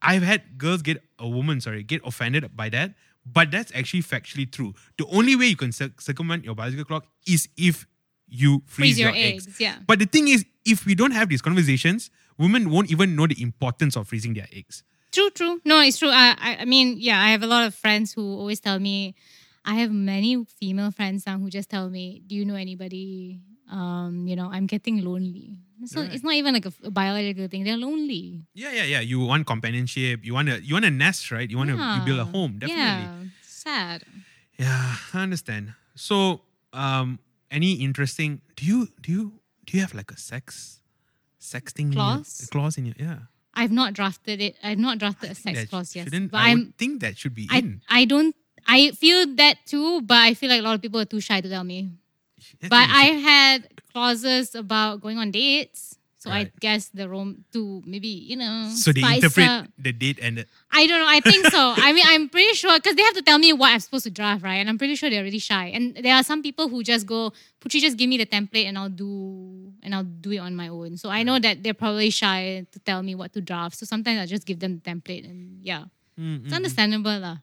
S1: I've had girls get a woman, sorry, get offended by that. But that's actually factually true. The only way you can circ- circumvent your biological clock is if you freeze,
S2: freeze your,
S1: eggs.
S2: eggs. Yeah.
S1: But the thing is, if we don't have these conversations, women won't even know the importance of freezing their eggs.
S2: True, true. No, it's true. I, I, I mean, yeah, I have a lot of friends who always tell me, I have many female friends now who just tell me, Do you know anybody? Um, you know, I'm getting lonely. So
S1: Right.
S2: it's not even like a, f- a biological thing. They're lonely.
S1: Yeah, yeah, yeah. You want companionship. You want to you want a nest, right? You want to you build a
S2: Yeah.
S1: home, definitely. Yeah.
S2: Yeah. Sad.
S1: I understand. So, um, any interesting? Do you do you do you have like a sex sexting
S2: Clause?
S1: In your, clause in your yeah?
S2: I've not drafted it. I've not drafted a sex
S1: That
S2: clause yet.
S1: shouldn't-
S2: But
S1: I would
S2: I'm
S1: think that should be
S2: I,
S1: in.
S2: I don't I feel that too, but I feel like a lot of people are too shy to tell me.
S1: I
S2: But
S1: think it
S2: I
S1: should-
S2: had clauses about going on dates. So I
S1: Right.
S2: guess the Rome to maybe, you know,
S1: so they
S2: spice
S1: interpret
S2: up.
S1: the date and the,
S2: I don't know. I think so. I mean, I'm pretty sure because they have to tell me what I'm supposed to draft, right? And I'm pretty sure they're really shy. And there are some people who just go, "Puchi, just give me the template, and I'll do, and I'll do it on my own." So I know that they're probably shy to tell me what to draft. So sometimes I just give them the template, and yeah,
S1: Mm,
S2: it's
S1: mm, mm.
S2: understandable, lah.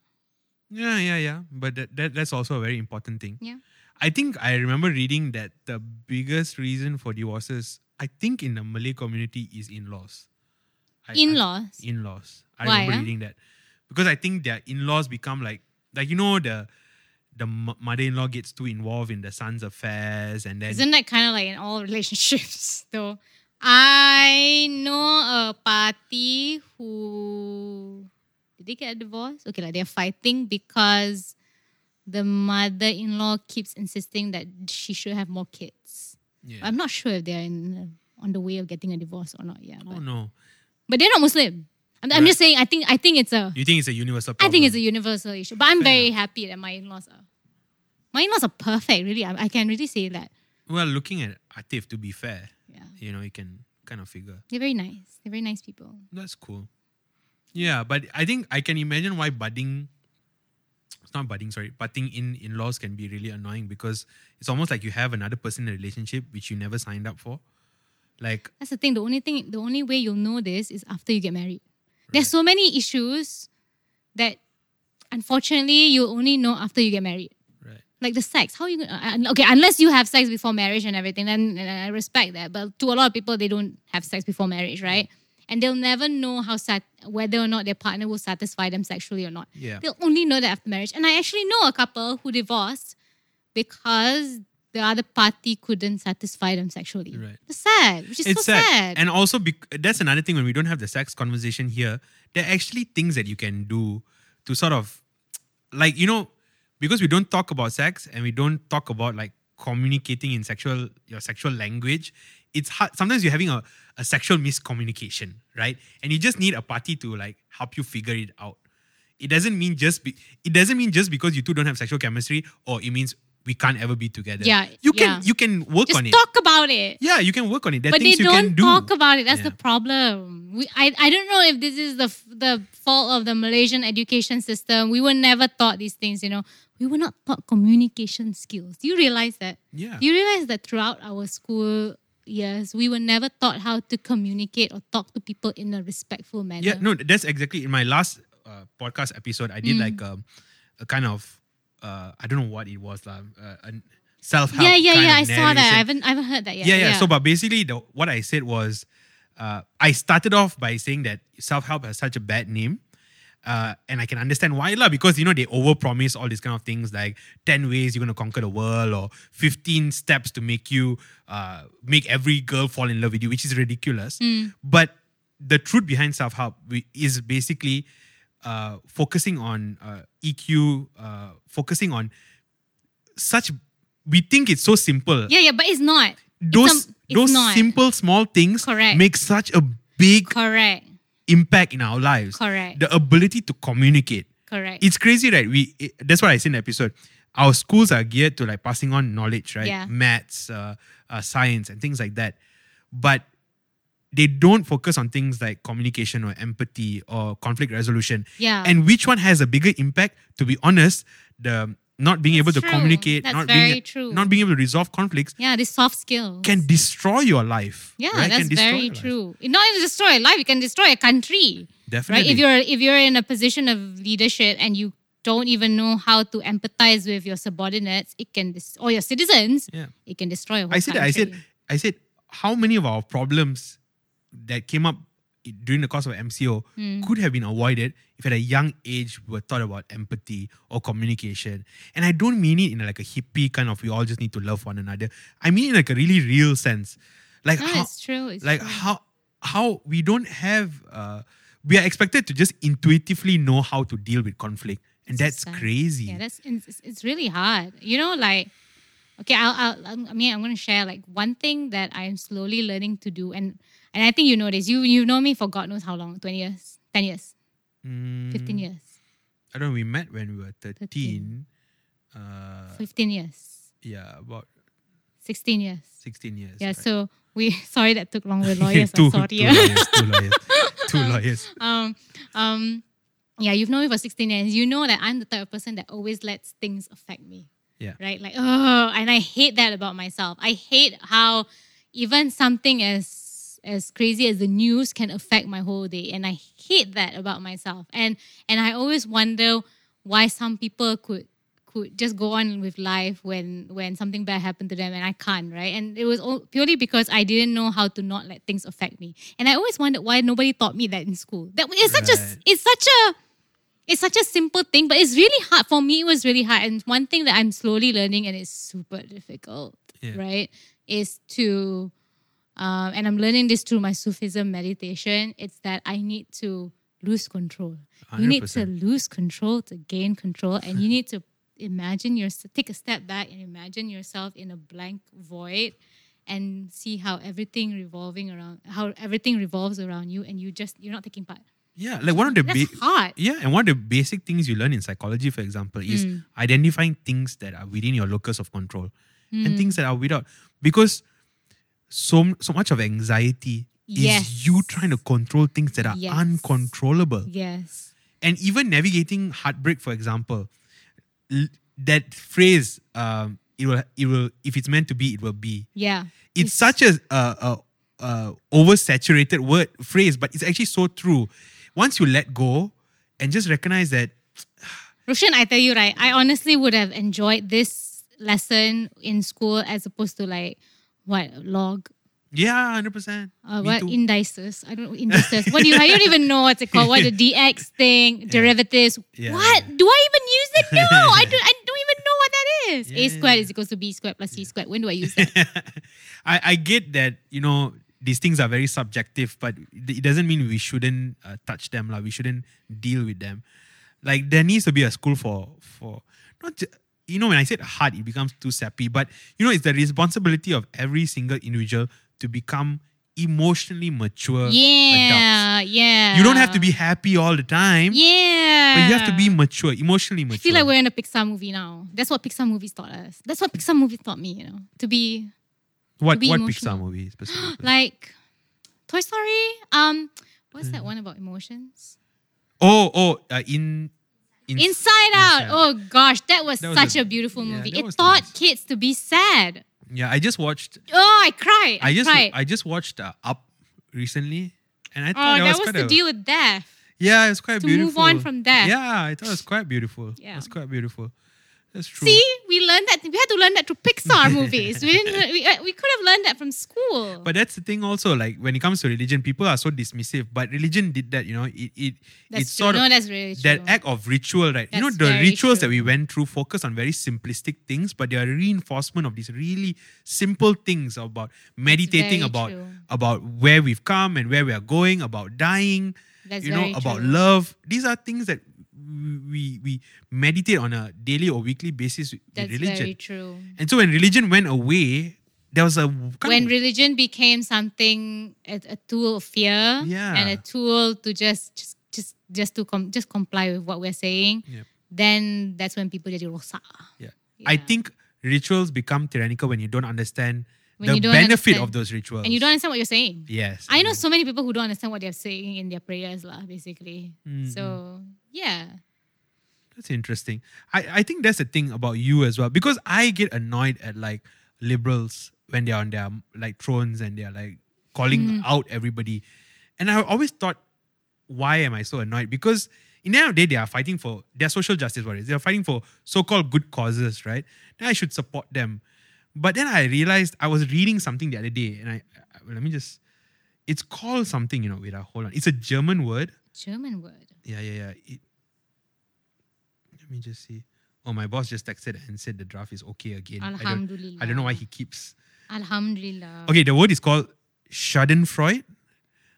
S1: Yeah, yeah, yeah. But that, that that's also a very important thing.
S2: Yeah.
S1: I think I remember reading that the biggest reason for divorces, I think in the Malay community, is in-laws. I- I-
S2: In-laws.
S1: in-laws. I
S2: Why,
S1: remember
S2: ah?
S1: reading that because I think their in-laws become like like you know the the mo- mother-in-law gets too involved in the son's affairs and then
S2: Isn't that kind of like in all relationships, though? I know a party who did they get a divorce? Okay, like they're fighting because the mother-in-law keeps insisting that she should have more kids.
S1: yeah.
S2: I'm not sure if they're in on the way of getting a divorce or not. Yeah,
S1: oh
S2: but,
S1: no,
S2: but they're not Muslim. I'm, I'm
S1: Right.
S2: just saying. I think I think it's a
S1: you think it's a universal
S2: I
S1: problem?
S2: think it's a universal issue. But I'm
S1: Fair
S2: very happy that my in-laws are my in-laws are perfect. Really, I, I can really say that.
S1: well, looking at Atif, to be fair,
S2: Yeah.
S1: you know, you can kind of figure.
S2: They're very nice. They're very nice people.
S1: That's cool. Yeah, but I think I can imagine why budding it's not budding, sorry, butting in in laws can be really annoying because it's almost like you have another person in a relationship which you never signed up for. Like
S2: That's the thing. The only thing, the only way you'll know this is after you get married. There's so many issues that, unfortunately, you only know after you get married.
S1: right.
S2: Like the sex, how you gonna? uh, uh, Okay, unless you have sex before marriage and everything, then and I respect that. But to a lot of people, they don't have sex before marriage, right? And they'll never know how sat- whether or not their partner will satisfy them sexually or not.
S1: Yeah.
S2: They'll only know that after marriage. And I actually know a couple who divorced because the other party couldn't satisfy them sexually.
S1: Right.
S2: It's sad, which is
S1: It's
S2: so sad.
S1: sad. And also bec- that's another thing when we don't have the sex conversation here, there are actually things that you can do to sort of like you know because we don't talk about sex and we don't talk about like communicating in sexual your sexual language it's hard sometimes you're having a, a sexual miscommunication right and you just need a party to like help you figure it out it doesn't mean just be, it doesn't mean just because you two don't have sexual chemistry or it means we can't ever be together
S2: Yeah,
S1: you can
S2: yeah.
S1: you can work
S2: Just
S1: on it
S2: talk about it.
S1: yeah you can work on it there are
S2: but they
S1: things you
S2: don't
S1: can do
S2: talk about it. That's the
S1: Yeah.
S2: problem. We, I, I don't know if this is the f- the fault of the Malaysian education system. We were never taught these things, you know. We were not taught communication skills. Do you realize that?
S1: yeah
S2: Do you realize that throughout our school years, we were never taught how to communicate or talk to people in a respectful manner?
S1: Yeah, no, that's exactly in my last uh, podcast episode. I
S2: Mm.
S1: did like um, a kind of uh, I don't know what it was lah, uh, self help.
S2: yeah, yeah, yeah. I saw that. I haven't, I haven't heard that yet.
S1: yeah, yeah, So, but basically, the, what I said was, uh, I started off by saying that self help has such a bad name. Uh, and I can understand why, lah, because you know they overpromise all these kind of things like ten ways you're gonna conquer the world or fifteen steps to make you uh, make every girl fall in love with you, which is ridiculous.
S2: Mm.
S1: But the truth behind self help is basically uh, focusing on uh, EQ, uh, focusing on such. We think it's so simple,
S2: yeah, yeah. But it's not
S1: those
S2: some- it's
S1: those
S2: not.
S1: simple small things
S2: Correct.
S1: make such a big
S2: correct.
S1: impact in our lives.
S2: Correct.
S1: The ability to communicate.
S2: Correct.
S1: It's crazy, right? We it- that's what I said in the episode. Our schools are geared to like passing on knowledge, right?
S2: Yeah.
S1: Maths, uh, uh, science, and things like that. But they don't focus on things like communication or empathy or conflict resolution.
S2: Yeah.
S1: And which one has a bigger impact? To be honest, the not being
S2: That's
S1: able to
S2: true.
S1: communicate,
S2: That's
S1: not
S2: very
S1: being
S2: true.
S1: not being able to resolve conflicts,
S2: yeah, this soft skill
S1: can destroy your life.
S2: Yeah,
S1: right? Can
S2: that's
S1: destroy
S2: very
S1: your life.
S2: true. It not only destroy a life, it can destroy a country.
S1: Definitely.
S2: Right? If you're if you're in a position of leadership and you don't even know how to empathize with your subordinates, it can des- or your citizens,
S1: yeah.
S2: it can destroy a whole
S1: I said, that, I said,
S2: country.
S1: I said, how many of our problems that came up i- during the course of MCO
S2: Hmm.
S1: could have been avoided if at a young age we were taught about empathy or communication. And I don't mean it in like a hippie kind of we all just need to love one another. I mean it in like a really real sense. Like
S2: No,
S1: how,
S2: it's true. It's
S1: like
S2: true.
S1: how how we don't have uh we are expected to just intuitively know how to deal with conflict and
S2: It's
S1: that's
S2: sad.
S1: crazy
S2: Yeah, that's it's, it's- it's really hard. You know, like okay, I'll, I'll I'm- I mean I'm gonna share like one thing that I'm slowly learning to do, and and I think you know this. You you know me for God knows how long, twenty years, ten years, fifteen
S1: Mm,
S2: years,
S1: i don't know we met when we were
S2: 13.
S1: 13, uh
S2: fifteen years,
S1: yeah about
S2: sixteen years.
S1: 16 years
S2: Yeah,
S1: right?
S2: so we sorry that took long. We're
S1: Yeah,
S2: lawyers.
S1: two,
S2: I'm
S1: two
S2: sorry. yeah.
S1: lawyers, two lawyers, two lawyers.
S2: um, um, yeah, you've known me for 16 years. You know that I'm the type of person that always lets things affect me.
S1: Yeah.
S2: Right? Like, oh, and I hate that about myself. I hate how even something as as crazy as the news can affect my whole day. And I hate that about myself. And and I always wonder why some people could could just go on with life when when something bad happened to them and I can't, right? And it was all purely because I didn't know how to not let things affect me. And I always wondered why nobody taught me that in school. That it's such
S1: Right.
S2: a it's such a it's such a simple thing, but it's really hard. For me, it was really hard. And one thing that I'm slowly learning and it's super difficult,
S1: Yeah.
S2: right? Is to um, and I'm learning this through my Sufism meditation, it's that I need to lose control. You need to
S1: 100%.
S2: lose control to gain control, and you need to imagine yourself, take a step back and imagine yourself in a blank void and see how everything revolving around, how everything revolves around you, and you just, you're not taking part.
S1: yeah like one of the
S2: That's
S1: big
S2: hard.
S1: yeah and one of the basic things you learn in psychology for example is
S2: Mm.
S1: identifying things that are within your locus of control and
S2: Hmm.
S1: things that are without because so so much of anxiety is
S2: Yes.
S1: you trying to control things that are
S2: Yes.
S1: uncontrollable
S2: Yes.
S1: and even navigating heartbreak for example l- that phrase um it will it will if it's meant to be it will be
S2: Yeah.
S1: it's such a, a, a, a oversaturated word phrase but it's actually so true once you let go and just recognize that
S2: Roshan, I tell you right, I honestly would have enjoyed this lesson in school as opposed to like what log
S1: yeah 100%
S2: uh,
S1: me
S2: what
S1: too.
S2: indices? I don't know indices. what do you? I don't even know what's it called. What the DX thing, derivatives.
S1: Yeah,
S2: what do I even use it? No, I don't. I don't even know what that is.
S1: Yeah,
S2: A squared
S1: yeah.
S2: is equals to B squared plus C squared. When do I use that?
S1: I, I get that you know these things are very subjective, but it doesn't mean we shouldn't uh, touch them, like we shouldn't deal with them. Like there needs to be a school for for not ju- you know when I said hard, it becomes too sappy, but you know it's the responsibility of every single individual to become emotionally mature. adults.
S2: yeah, yeah.
S1: you don't have to be happy all the time,
S2: Yeah,
S1: but you have to be mature, emotionally mature.
S2: I feel like we're in a Pixar movie now. That's what Pixar movies taught us. That's what Pixar movies taught me. You know, to be
S1: what
S2: to be
S1: what
S2: emotional.
S1: Pixar movie specifically?
S2: like Toy Story. Um, what's
S1: Hmm.
S2: that one about emotions?
S1: oh oh uh, in in
S2: Inside Out.
S1: Inside
S2: Oh gosh, that was,
S1: That was
S2: such
S1: a-
S2: a, beautiful
S1: yeah,
S2: movie.
S1: that
S2: It
S1: was
S2: taught
S1: nice.
S2: kids to be sad.
S1: yeah. I just watched
S2: Oh, I cried. I,
S1: I just
S2: cried.
S1: I just watched uh, Up recently, and I
S2: oh,
S1: thought
S2: that
S1: was,
S2: was
S1: quite
S2: to
S1: a-
S2: deal with death.
S1: yeah, it's quite
S2: to move
S1: beautiful.
S2: on from death.
S1: Yeah, I thought it was quite beautiful.
S2: Yeah.
S1: it's quite beautiful. That's true.
S2: See, we learned that. We had to learn that through Pixar movies. We didn't. learn- We, uh, we could have learned that from school.
S1: But that's the thing also, like when it comes to religion, people are so dismissive. But religion did that, you know. It it
S2: that's
S1: it's
S2: true.
S1: sort
S2: no,
S1: of
S2: that's really true.
S1: that act of ritual, right? you know,
S2: That's
S1: the
S2: very
S1: rituals that
S2: true.
S1: we went through focus on very simplistic things, but they are reinforcement of these really simple things about meditating
S2: very
S1: about
S2: true.
S1: about where we've come and where we are going, about dying,
S2: That's
S1: you know,
S2: very
S1: about
S2: true.
S1: love. These are things that we we meditate on a daily or weekly basis with
S2: That's
S1: religion.
S2: very true.
S1: And so when religion went away, there was a kind
S2: When
S1: of-
S2: religion became something, a, a tool of fear,
S1: Yeah.
S2: and a tool to just just just just to com- just comply with what we're saying,
S1: Yeah.
S2: then that's when people get rosa.
S1: Yeah. I think rituals become tyrannical when you don't understand
S2: When
S1: the
S2: you don't
S1: benefit
S2: understand-
S1: of those rituals.
S2: and you don't understand what you're saying.
S1: Yes.
S2: I know so many people who don't understand what they're saying in their prayers, lah. Basically,
S1: Mm,
S2: so yeah,
S1: That's interesting. I, I think that's the thing about you as well because I get annoyed at like liberals when they're on their like thrones and they're like calling out everybody, and I always thought, why am I so annoyed? Because in the end of the day, they are fighting for their social justice warriors. They are fighting for so-called good causes, right? Then I should support them. But then I realized I was reading something the other day, and I, I let me just. It's called something, you know. Wait, uh, hold on. It's a German word.
S2: German word.
S1: Yeah, yeah, yeah. It, let me just see. Oh, my boss just texted and said the draft is okay again. I don't,
S2: Alhamdulillah.
S1: I don't know why he keeps.
S2: Alhamdulillah.
S1: Okay, the word is called Schadenfreude.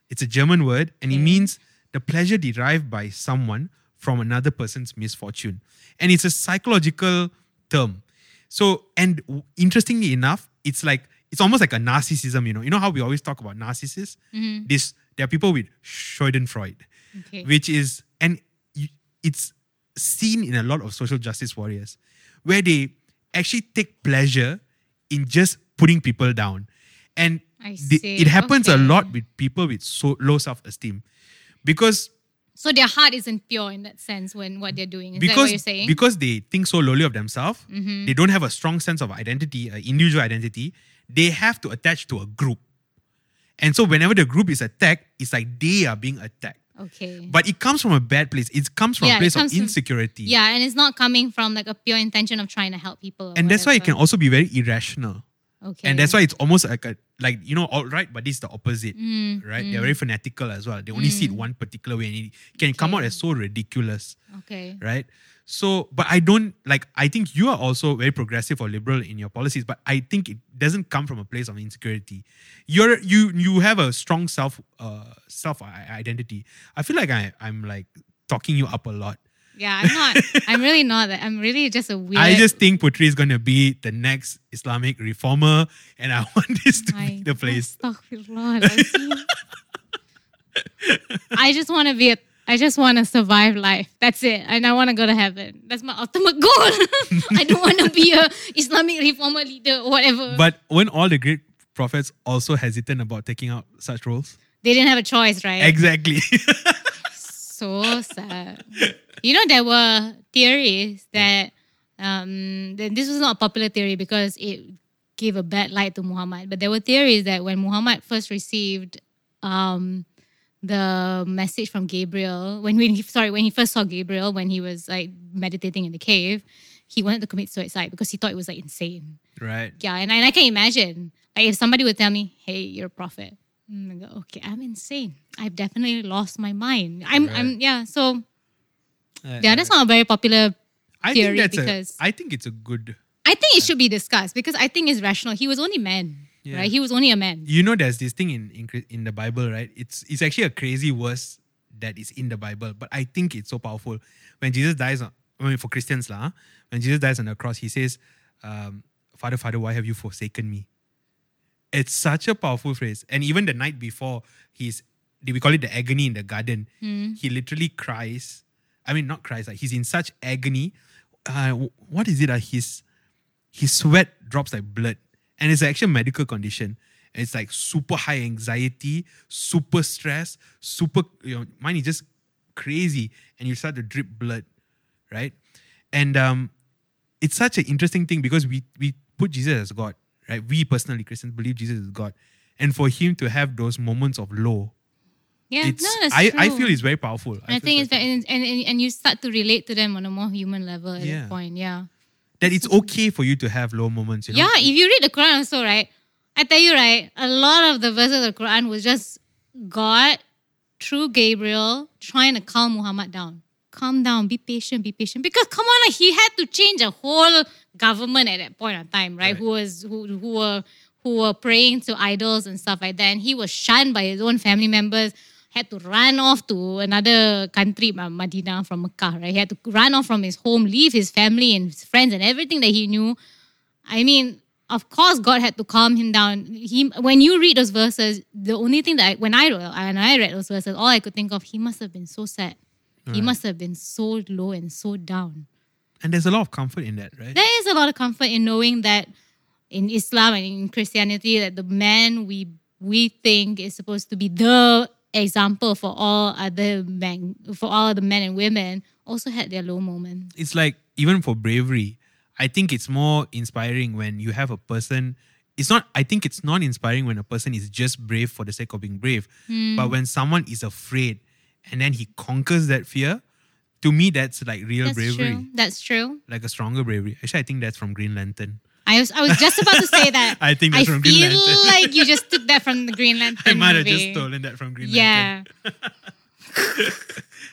S1: It's a German word and it
S2: Okay.
S1: means the pleasure derived by someone from another person's misfortune. And it's a psychological term. So, and w- interestingly enough, it's like, it's almost like a narcissism, you know. You know how we always talk about narcissists?
S2: Mhm.
S1: This, there are people with Schadenfreude
S2: Okay.
S1: which is and y- it's seen in a lot of social justice warriors where they actually take pleasure in just putting people down and
S2: I
S1: the-
S2: see.
S1: it happens a
S2: Okay.
S1: lot with people with so low self-esteem because
S2: So their heart isn't pure in that sense when what they're doing. Is that what
S1: because
S2: you're saying?
S1: because they think so lowly of themselves
S2: Mhm.
S1: they don't have a strong sense of identity uh, individual identity they have to attach to a group and so whenever the group is attacked it's like they are being attacked
S2: okay.
S1: but it comes from a bad place it comes from
S2: Yeah,
S1: a
S2: it
S1: place of
S2: comes from-
S1: insecurity
S2: yeah, and it's not coming from like a pure intention of trying to help people. or
S1: and that's why it can
S2: whatever.
S1: also be very irrational
S2: Okay.
S1: and that's why it's almost like a like you know all right but this is the opposite
S2: Mm,
S1: right they're very fanatical as well they only see it one particular way and it can come out
S2: Okay.
S1: as so ridiculous
S2: Okay.
S1: right so but i don't like i think you are also very progressive or liberal in your policies but i think it doesn't come from a place of insecurity you're you you have a strong self uh self i- identity i feel like i i'm like talking you up a lot
S2: Yeah, I'm not. I'm really not. that. I'm really just a weird.
S1: I just think Putri is going to be the next Islamic reformer, and I want this to be
S2: My
S1: the place.
S2: astaghfirullah, Azim. I just want to be a. I just want to survive life. That's it. And I want to go to heaven. That's my ultimate goal. I don't want to be a Islamic reformer leader or whatever.
S1: But weren't all the great prophets also hesitant about taking up such roles?
S2: they didn't have a choice, right?
S1: Exactly.
S2: so sad. You know, there were theories that um, th- this was not a popular theory because it gave a bad light to Muhammad. But there were theories that when Muhammad first received um, the message from Gabriel, when we sorry, when he first saw Gabriel, when he was like meditating in the cave, he wanted to commit suicide because he thought it was like insane.
S1: right.
S2: Yeah, and I, and I can imagine like if somebody would tell me, "Hey, you're a prophet," Mm, I go, "Okay, I'm insane. I've definitely lost my mind. I'm, I'm, yeah." So yeah, that's not a very popular.
S1: I
S2: theory
S1: think that's
S2: because-
S1: a, I think it's a good.
S2: I think it should be discussed because I think it's rational. He was only man,
S1: Yeah.
S2: right? He was only a man.
S1: You know, there's this thing in, in Chri- in the Bible, right? It's it's actually a crazy verse that is in the Bible, but I think it's so powerful. When Jesus dies, on, I mean, for Christians lah, huh? when Jesus dies on the cross, he says, um, "Father, Father, why have you forsaken me?" It's such a powerful phrase. And even the night before, he's we call it the agony in the garden.
S2: Mm,
S1: He literally cries. I mean, not cries. Like he's in such agony. Uh, wh- what is it? Uh, his his sweat drops like blood, and it's an actual medical condition. And it's like super high anxiety, super stress, super. You know, mine is just crazy, and you start to drip blood, right? And um, it's such an interesting thing because we we put Jesus as God, right? We personally Christians believe Jesus is God, and for him to have those moments of low,
S2: Yeah,
S1: it's
S2: no, that's
S1: I,
S2: true.
S1: I feel it's very powerful.
S2: And I
S1: feel
S2: think
S1: very
S2: it's very, and, and and and you start to relate to them on a more human level at
S1: Yeah.
S2: that point. Yeah,
S1: powerful. that it's okay for you to have low moments. You know?
S2: yeah. If you read the Quran also, right? I tell you, right? A lot of the verses of the Quran was just God through Gabriel trying to calm Muhammad down. Calm down, be patient, be patient. Because come on, he had to change a whole government at that point of time, right?
S1: Right.
S2: Who was who who were who were praying to idols and stuff like that. And he was shunned by his own family members, had to run off to another country, Ma- Medina from Mecca, right? He had to run off from his home, leave his family and his friends and everything that he knew. I mean, of course, God had to calm him down. He, when you read those verses, the only thing that I, when I when I read those verses, all I could think of, he must have been so sad. He must have been so low and so down.
S1: and there's a lot of comfort in that, right?
S2: There is a lot of comfort in knowing that in Islam and in Christianity, that the man we we think is supposed to be the example for all other men, for all the men and women, also had their low moments.
S1: it's like even for bravery, I think it's more inspiring when you have a person. It's not. I think it's not inspiring when a person is just brave for the sake of being brave,
S2: Hmm.
S1: but when someone is afraid and then he conquers that fear, to me that's like real
S2: That's
S1: bravery,
S2: true. That's true.
S1: like a stronger bravery. Actually, I think that's from Green Lantern.
S2: I was I was just about to say that.
S1: I think that's
S2: I
S1: from Green
S2: feel
S1: Lantern.
S2: like you just took that from the Green
S1: I
S2: Lantern
S1: might have just
S2: movie.
S1: stolen that from Green Lantern.
S2: yeah.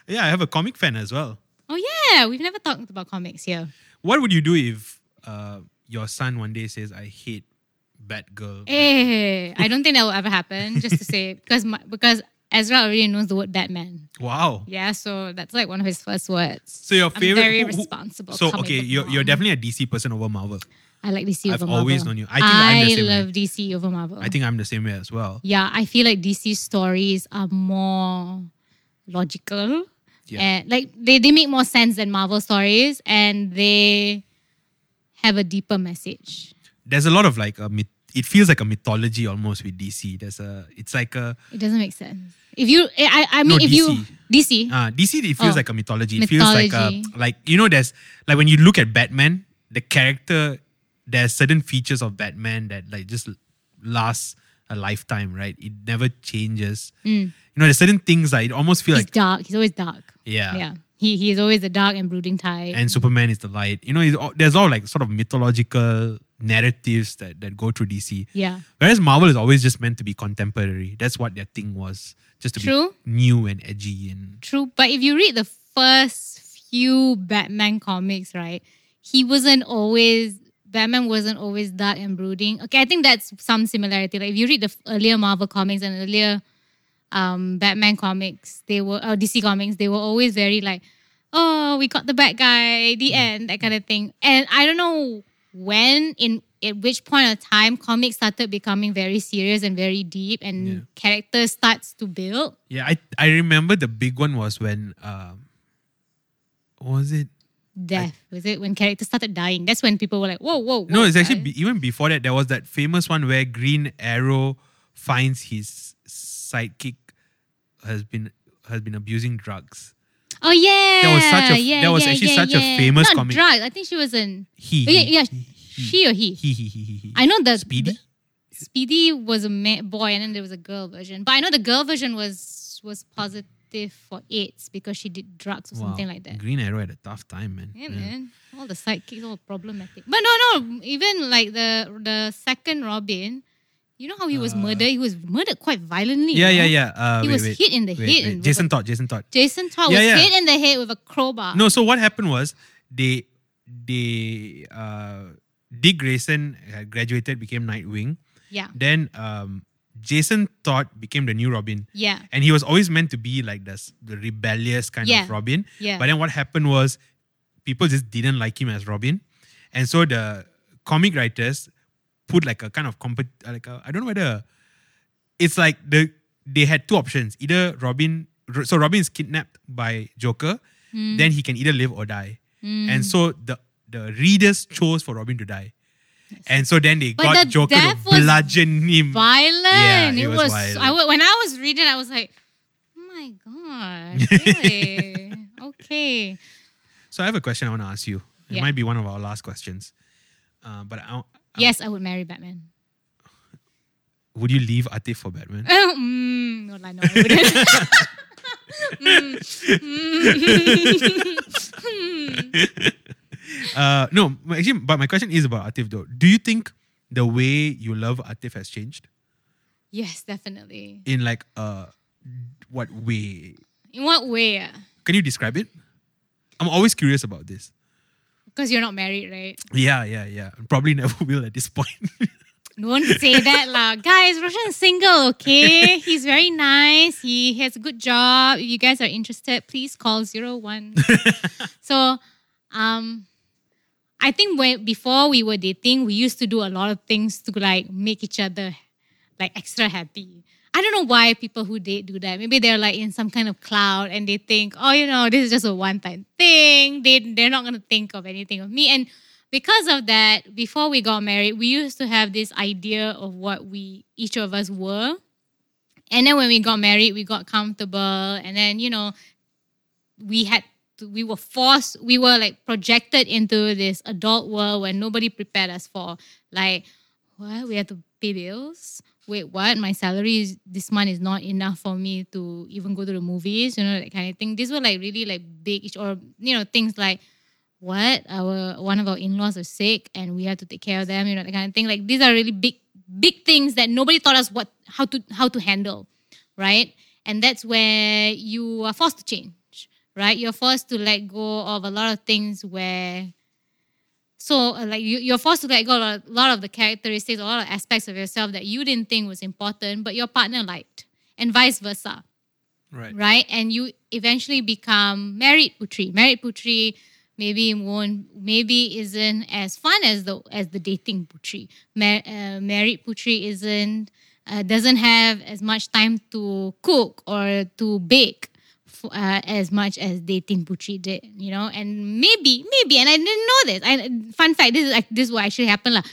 S1: Yeah, I have a comic fan as well.
S2: Oh yeah, we've never talked about comics here.
S1: What would you do if uh, your son one day says, "I hate bad girl.
S2: Eh, I don't think that will ever happen. Just to say, because my, because Ezra already knows the word Batman.
S1: Wow.
S2: Yeah, so that's like one of his first words.
S1: So your
S2: I'm
S1: favorite?
S2: very
S1: who- who-
S2: responsible.
S1: so
S2: comic
S1: okay,
S2: book
S1: you're, you're
S2: mom.
S1: definitely a DC person over Marvel.
S2: I like DC
S1: I've
S2: over Marvel.
S1: always known you. I think I'm the same way.
S2: love DC over Marvel.
S1: I think I'm the same way as well.
S2: yeah, I feel like DC stories are more logical.
S1: Yeah.
S2: And like they, they make more sense than Marvel stories and they have a deeper message.
S1: There's a lot of like a myth. It feels like a mythology almost with DC. There's a. It's like a
S2: It doesn't make sense. If you eh, I, I I mean
S1: No,
S2: if you DC.
S1: uh, DC. It feels
S2: Oh.
S1: like a mythology. It feels like a
S2: Mythology.
S1: like you know. There's like when you look at Batman, the character. There's certain features of Batman that like just lasts a lifetime, right? It never changes. You know, there's certain things that it almost feel
S2: Hmm. he's
S1: like
S2: dark. He's always dark.
S1: yeah.
S2: Yeah. He he's always a dark and brooding type.
S1: and Superman is the light. You know, it's all, there's all like sort of mythological narratives that, that go through DC.
S2: yeah.
S1: Whereas Marvel is always just meant to be contemporary. That's what their thing was, just to
S2: True.
S1: be new and edgy and
S2: True. But if you read the first few Batman comics, right, he wasn't always Batman wasn't always dark and brooding. Okay, I think that's some similarity. Like if you read the f- earlier Marvel comics and earlier um, Batman comics, they were or DC comics, they were always very like, oh, we got the bad guy, the end, that kind of thing. And I don't know when in at which point of time comics started becoming very serious and very deep and
S1: Yeah.
S2: characters starts to build.
S1: yeah. I I remember the big one was when um, was it?
S2: death was it when characters started dying that's when people were like whoa whoa, whoa
S1: No, it's actually
S2: guys."
S1: be, even before that. There was that famous one where Green Arrow finds his sidekick has been has been abusing drugs.
S2: oh yeah
S1: There was such a-
S2: yeah,
S1: there was
S2: yeah,
S1: actually
S2: yeah,
S1: such a
S2: yeah.
S1: famous
S2: Not
S1: comic-
S2: drugs. i think she was in
S1: He,
S2: Oh, yeah, yeah,
S1: he, he,
S2: she or he
S1: he, he, he, he, he.
S2: i know the
S1: Speedy?
S2: the- speedy was a ma- boy and then there was a girl version but i know the girl version was was positive for aids because she did drugs or something like that
S1: Green Arrow had a tough time, man.
S2: yeah, man all the sidekicks all problematic but no no even like the the second robin you know how he was
S1: Uh,
S2: murdered he was murdered quite violently
S1: yeah,
S2: you
S1: yeah.
S2: know?
S1: yeah. Uh,
S2: he
S1: wait,
S2: was
S1: wait,
S2: hit in the
S1: wait,
S2: head
S1: wait.
S2: and with
S1: Jason
S2: a-
S1: Todd. Jason Todd.
S2: Jason Todd
S1: Yeah,
S2: was
S1: yeah.
S2: hit in the head with a crowbar.
S1: No, so what happened was they they uh, Dick Grayson had graduated, became Nightwing.
S2: Yeah.
S1: Then um, Jason Todd became the new Robin,
S2: Yeah.
S1: and he was always meant to be like this the rebellious kind
S2: Yeah.
S1: of Robin.
S2: Yeah.
S1: But then what happened was people just didn't like him as Robin, and so the comic writers put like a kind of compet like a, I don't know whether it's like the they had two options either Robin so Robin is kidnapped by Joker,
S2: Mm,
S1: then he can either live or die,
S2: mm.
S1: and so the the readers chose for Robin to die, and so then they
S2: But
S1: got
S2: the
S1: Joker to
S2: death was
S1: bludgeon him.
S2: violent.
S1: Yeah, it
S2: it,
S1: was
S2: was.
S1: violent.
S2: I wa- when I was reading, I was like, oh my god, really?
S1: Um,
S2: okay.
S1: So I have a question I want to ask you. It
S2: Yeah.
S1: might be one of our last questions, uh, but I,
S2: Yes, I would marry Batman.
S1: would you leave Atif for Batman?
S2: mm, no, like, no, I wouldn't. Mm, mm, mm.
S1: Uh, no, my- actually, but my question is about Atif though. Do you think the way you love Atif has changed
S2: yes, definitely.
S1: in like uh what way?
S2: In what way? ah?
S1: Can you describe it? I'm always curious about this.
S2: Because you're not married, right?
S1: Yeah, yeah, yeah. Probably never will at this point.
S2: Don't say that lah. Guys, Roshan's single, okay? He's very nice. He has a good job. If you guys are interested, please call 01. so, um, I think when before we were dating, we used to do a lot of things to like make each other like extra happy. I don't know why people who date do that. Maybe they're like in some kind of cloud and they think, oh, you know, this is just a one time thing. They they're not gonna think of anything of me. And because of that, before we got married, we used to have this idea of what we each of us were. And then when we got married, we got comfortable. And then, you know, we had to, we were forced, we were like projected into this adult world where nobody prepared us for. Like, what? We had to pay bills. Wait, what? My salary is, this month is not enough for me to even go to the movies, you know, that kind of thing. These were like really like big, ish- or, you know, things like, what our one of our in-laws are sick and we have to take care of them you know that kind of thing like these are really big big things that nobody taught us what how to how to handle right and that's where you are forced to change right you're forced to let go of a lot of things where So uh, like you, you're forced to let go a lot of the characteristics, a lot of aspects of yourself that you didn't think was important, but your partner liked, and vice versa,
S1: Right.
S2: right? And you eventually become married putri. Married putri maybe won't, maybe isn't as fun as the as the dating putri. Mar- uh, married putri isn't uh, doesn't have as much time to cook or to bake f- uh, as much as dating Pucci did, you know. And maybe, maybe, and I didn't know this. I, fun fact: this is like this is what actually happened, lah.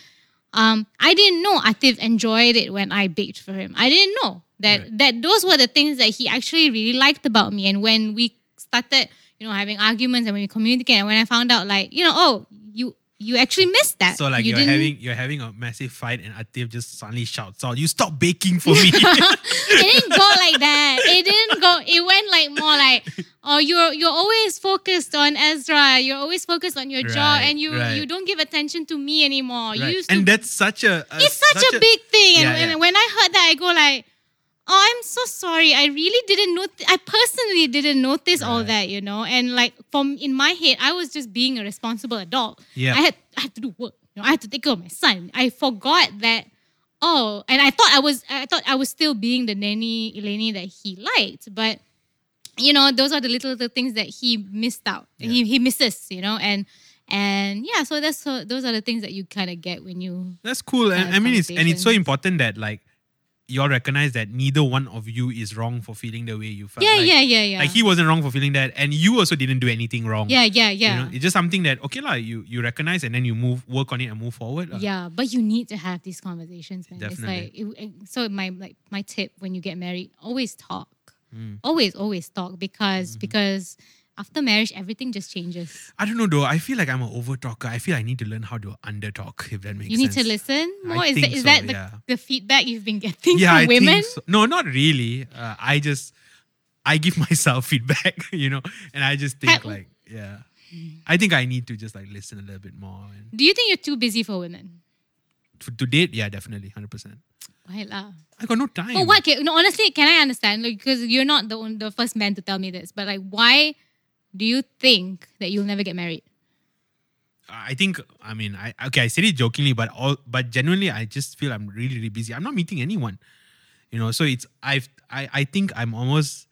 S2: Um, I didn't know Atif enjoyed it when I baked for him. I didn't know that
S1: Right.
S2: that those were the things that he actually really liked about me. And when we started, you know, having arguments and when we communicate, and when I found out, like, you know, oh, you you actually missed that.
S1: So like
S2: you
S1: you are
S2: didn't-
S1: having you're having a massive fight and Atif just suddenly shouts out, "You stop baking for me!"
S2: it didn't go like that. It didn't go. It went like more like, oh, you're you're always focused on Ezra. You're always focused on your job,
S1: Right,
S2: and you
S1: right.
S2: you don't give attention to me anymore. You
S1: Right.
S2: used to.
S1: And that's such a, a-
S2: it's such, a, big thing. And,
S1: uh, Yeah, yeah.
S2: and when I heard that, I go like, oh, I'm so sorry. I really didn't know. I personally didn't notice all that,
S1: Right.
S2: you know. And like from in my head, I was just being a responsible adult.
S1: Yeah.
S2: I had I had to do work. You know, I had to take care of my son. I forgot that. Oh, and I thought I was I thought I was still being the nanny Eleni that he liked, but you know, those are the little little things that he missed out. He he misses, you know, and and yeah, so that's so those are the things that you kind of get when you
S1: That's cool. And
S2: Yeah,
S1: I mean, it's and it's so
S2: conversations.
S1: important that like you all recognize that neither one of you is wrong for feeling the way you felt.
S2: yeah
S1: Like-
S2: yeah yeah yeah
S1: Like he wasn't wrong for feeling that, and you also didn't do anything wrong.
S2: yeah yeah
S1: You
S2: yeah
S1: know, it's just something that okay lah. You you recognize and then you move work on it and move forward. lah.
S2: yeah but you need to have these conversations man
S1: uh, Definitely.
S2: it's like it, it- so my like my tip when you get married always talk
S1: Mm. Mm-hmm.
S2: always always talk because because after marriage everything just changes
S1: I don't know though. I feel like I'm an over talker. I feel I need to learn how to under talk. If that makes
S2: you need
S1: sense.
S2: to listen
S1: I
S2: more is
S1: think
S2: that, is
S1: so,
S2: that the,
S1: yeah.
S2: the feedback you've been getting from
S1: Yeah, I
S2: women
S1: think so. no, not really. Uh, I just I give myself feedback, you know, and I just think
S2: Ha-
S1: like yeah. I think I need to just like listen a little bit more. And
S2: do you think you're too busy for women
S1: to, to date, yeah, definitely, hundred percent.
S2: why lah
S1: I got no time.
S2: But what? Can, no, honestly, can I understand? Like, because you're not the on- the first man to tell me this. But like, why do you think that you'll never get married?
S1: I think I mean I okay I said it jokingly but all but genuinely I just feel I'm really really busy. I'm not meeting anyone, you know. So it's I've I I think I'm almost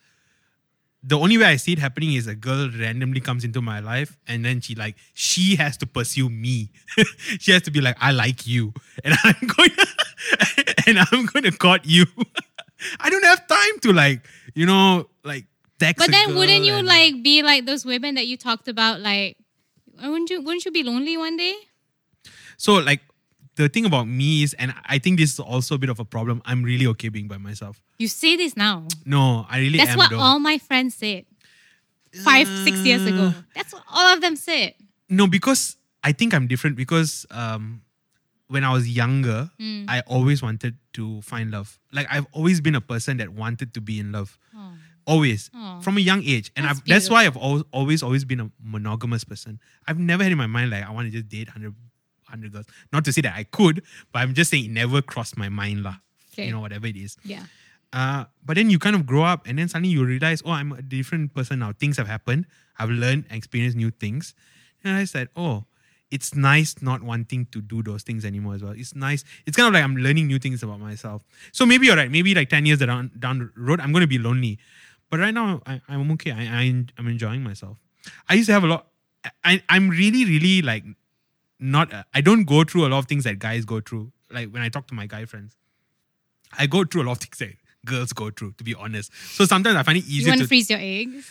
S1: the only way I see it happening is a girl randomly comes into my life and then she like she has to pursue me. she has to be like I like you and I'm going and I'm going to court you. I don't have time to like you know like text.
S2: But
S1: a
S2: then,
S1: girl
S2: wouldn't you
S1: and-
S2: like be like those women that you talked about? Like, wouldn't you? Wouldn't you be lonely one day?
S1: So like the thing about me is, and I think this is also a bit of a problem. I'm really okay being by myself.
S2: You say this now.
S1: No, I really
S2: That's
S1: am.
S2: what
S1: though.
S2: all my friends said five, six years ago.
S1: Uh.
S2: That's what all of them said.
S1: No, because I think I'm different. Because um, when I was younger,
S2: Mm.
S1: I always wanted to find love. Like I've always been a person that wanted to be in love,
S2: Oh.
S1: always
S2: Aw.
S1: from a young age, and
S2: That's
S1: I've, that's why I've al- always always been a monogamous person. I've never had in my mind like I want to just date 100, 100 girls. Not to say that I could, but I'm just saying it never crossed my mind lah.
S2: Okay.
S1: You know, whatever it is.
S2: Yeah.
S1: Uh, but then you kind of grow up, and then suddenly you realize, oh, I'm a different person now. Things have happened. I've learned, experienced new things. And I said, oh, it's nice not wanting to do those things anymore as well. It's nice. It's kind of like I'm learning new things about myself. So maybe you're right. Maybe like 10 years down, down the road, I'm going to be lonely. But right now, I, I'm okay. I, I, I'm enjoying myself. I used to have a lot. I, I'm really, really like not. uh, I don't go through a lot of things that guys go through. Like when I talk to my guy friends. I go through a lot of things that girls go through, to be honest. So sometimes I find it
S2: You
S1: easier
S2: want
S1: to
S2: to freeze your eggs?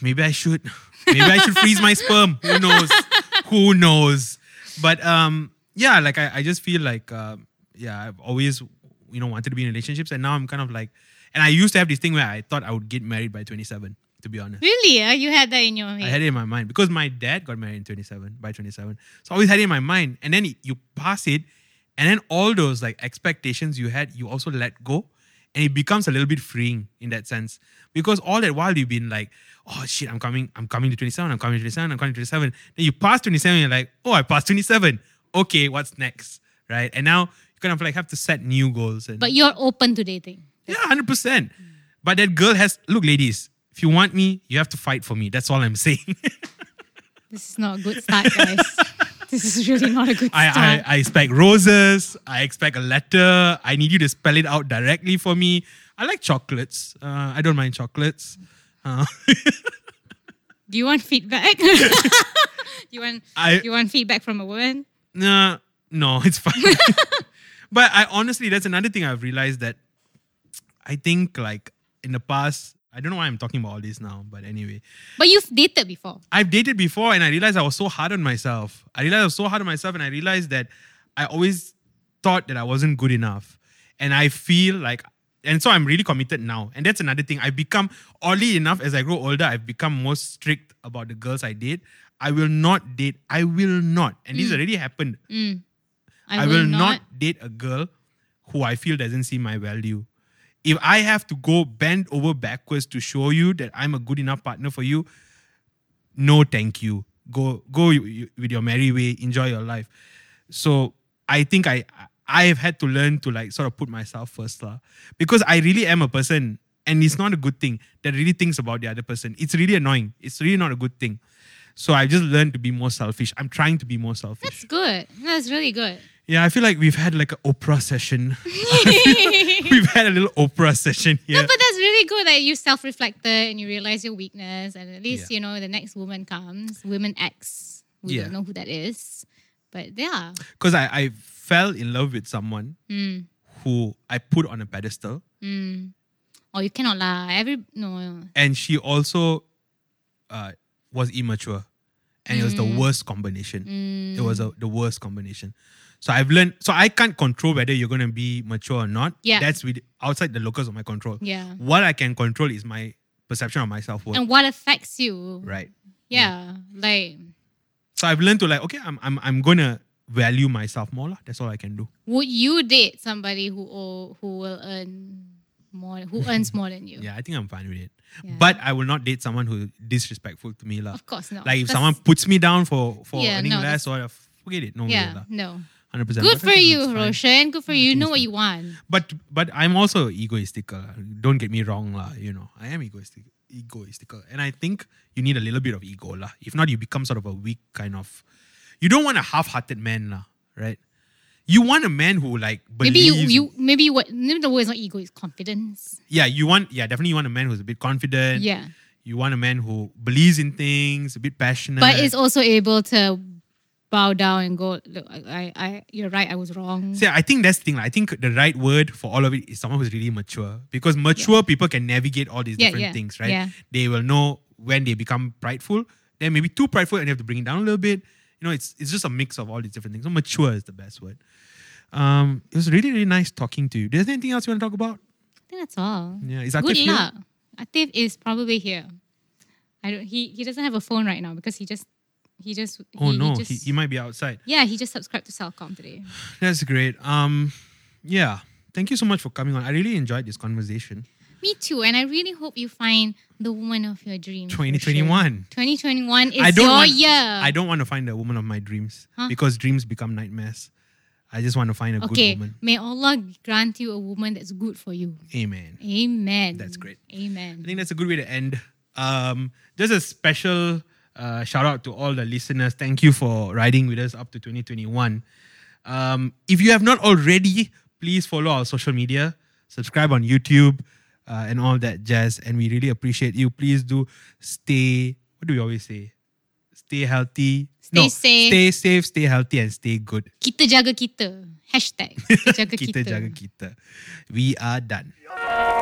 S1: maybe I should. Maybe I should freeze my sperm. Who knows? Who knows? But um, yeah, like I, I just feel like uh, yeah, I've always you know wanted to be in relationships, and now I'm kind of like, and I used to have this thing where I thought I would get married by 27. To be honest,
S2: Really? Yeah, you had that in your head.
S1: I had it in my mind because my dad got married in 27 by 27, so I always had it in my mind. And then you pass it, and then all those like expectations you had, you also let go. And it becomes a little bit freeing in that sense. Because all that while you've been like, oh shit, I'm coming, I'm coming to 27, I'm coming to 27, I'm coming to 27. Then you pass 27, you're like, oh, I passed 27. Okay, what's next? Right? And now you kind of like have to set new goals. And
S2: but you're open to dating.
S1: yeah, 100%. But that girl has, look, ladies, if you want me, you have to fight for me. That's all I'm saying.
S2: This is not a good start, guys. this is really not a good start.
S1: I, I, I expect roses. I expect a letter. I need you to spell it out directly for me. I like chocolates. Uh, I don't mind chocolates. Uh,
S2: Do you want feedback? do you want
S1: I
S2: do you want feedback from a woman?
S1: nah, no, it's fine. but I honestly, that's another thing I've realized that I think like in the past, I don't know why I'm talking about all this now, but anyway,
S2: But you've dated before.
S1: I've dated before and I realized I was so hard on myself. I realized I was so hard on myself and I realized that I always thought that I wasn't good enough. And I feel like, and so I'm really committed now. And that's another thing. I've become, oddly enough, as I grow older, I've become more strict about the girls I date. I will not date, I will not, and this already happened.
S2: Mm.
S1: I, will not date a girl who I feel doesn't see my value. If I have to go bend over backwards to show you that I'm a good enough partner for you, no thank you. Go go you- you- with your merry way, enjoy your life. So I think I I have had to learn to like sort of put myself first lah. Because I really am a person and it's not a good thing that really thinks about the other person. It's really annoying. It's really not a good thing. So I just learned to be more selfish. I'm trying to be more selfish.
S2: That's good. That's really good.
S1: Yeah, I feel like we've had like an Oprah session. we've had a little Oprah session
S2: No,
S1: here.
S2: but that's really good that you self-reflected and you realize your weakness, and at least
S1: Yeah.
S2: you know the next woman comes, woman X. We
S1: Yeah.
S2: don't know who that is, but yeah,
S1: Because I, I fell in love with someone
S2: mm,
S1: who I put on a pedestal.
S2: mm. or you cannot lie. Every no,
S1: And she also uh, was immature. And it was the
S2: Mm.
S1: worst combination. It was a, the worst combination. So I've learned, so I can't control whether you're going to be mature or not.
S2: Yeah.
S1: That's with, outside the locus of my control.
S2: yeah,
S1: What I can control is my perception of myself. worth
S2: and what affects you?
S1: right.
S2: Yeah, like
S1: So I've learned to like, okay, I'm I'm I'm gonna value myself more. lah. That's all I can do.
S2: would you date somebody who o- who will earn more, who earns more than you?
S1: Yeah, I think I'm fine with it.
S2: Yeah.
S1: But I will not date someone who disrespectful to me. lah.
S2: Of course not.
S1: Like
S2: That's-
S1: if someone puts me down for for
S2: Yeah,
S1: earning
S2: no,
S1: less or forget it. No way.
S2: yeah,
S1: lah.
S2: no. Good
S1: 100%. But I
S2: for
S1: think it's
S2: you,
S1: fine.
S2: Roshan. Good for
S1: I
S2: you.
S1: think
S2: Know what
S1: it's fine.
S2: you want.
S1: But but I'm also egoistical. lah. Don't get me wrong, lah. You know, I am egoistic egoistical. And I think you need a little bit of ego, lah. If not, you become sort of a weak kind of you don't want a half hearted man, lah, right? You want a man who like believes
S2: Maybe you, you maybe what maybe the word is not ego, it's confidence.
S1: yeah, you want yeah, definitely you want a man who's a bit confident.
S2: Yeah.
S1: You want a man who believes in things, a bit passionate.
S2: But it's also able to bow down and go, look, I, I, I you're right, I was wrong.
S1: See, I think that's the thing. lah. I think the right word for all of it is someone who's really mature. Because mature people can navigate all these
S2: Yeah,
S1: different
S2: yeah,
S1: things, right?
S2: yeah.
S1: They will know when they become prideful, then maybe too prideful and you have to bring it down a little bit. You know, it's it's just a mix of all these different things. So mature is the best word. Um, it was really, really nice talking to you. There's anything else you want to talk about?
S2: I think that's all.
S1: Yeah. Is
S2: Good
S1: Atif here?
S2: luck. Atif is probably here. I don't he he doesn't have a phone right now because he just he just
S1: Oh
S2: he,
S1: no,
S2: he just,
S1: he, he might be outside.
S2: yeah, he just subscribed to Cellcom today.
S1: That's great. Um, yeah. Thank you so much for coming on. I really enjoyed this conversation.
S2: Me too, and I really hope you find the woman of your dreams. Roshan.
S1: 2021.
S2: 2021 is
S1: I don't
S2: your
S1: want-
S2: year.
S1: I don't want to find a woman of my dreams
S2: Huh?
S1: because dreams become nightmares. I just want to find a
S2: okay,
S1: good woman.
S2: may Allah grant you a woman that's good for you.
S1: Amen.
S2: Amen.
S1: That's great.
S2: Amen.
S1: I think that's a good way to end. Um, just a special uh, shout out to all the listeners. Thank you for riding with us up to 2021. Um, if you have not already, please follow our social media, subscribe on YouTube, uh, and all that jazz. And we really appreciate you. Please do stay. What do we always say? Stay healthy.
S2: Stay safe.
S1: Stay safe, stay healthy, and stay good.
S2: Kita jaga kita. Hashtag kita jaga kita.
S1: kita jaga kita. We are done.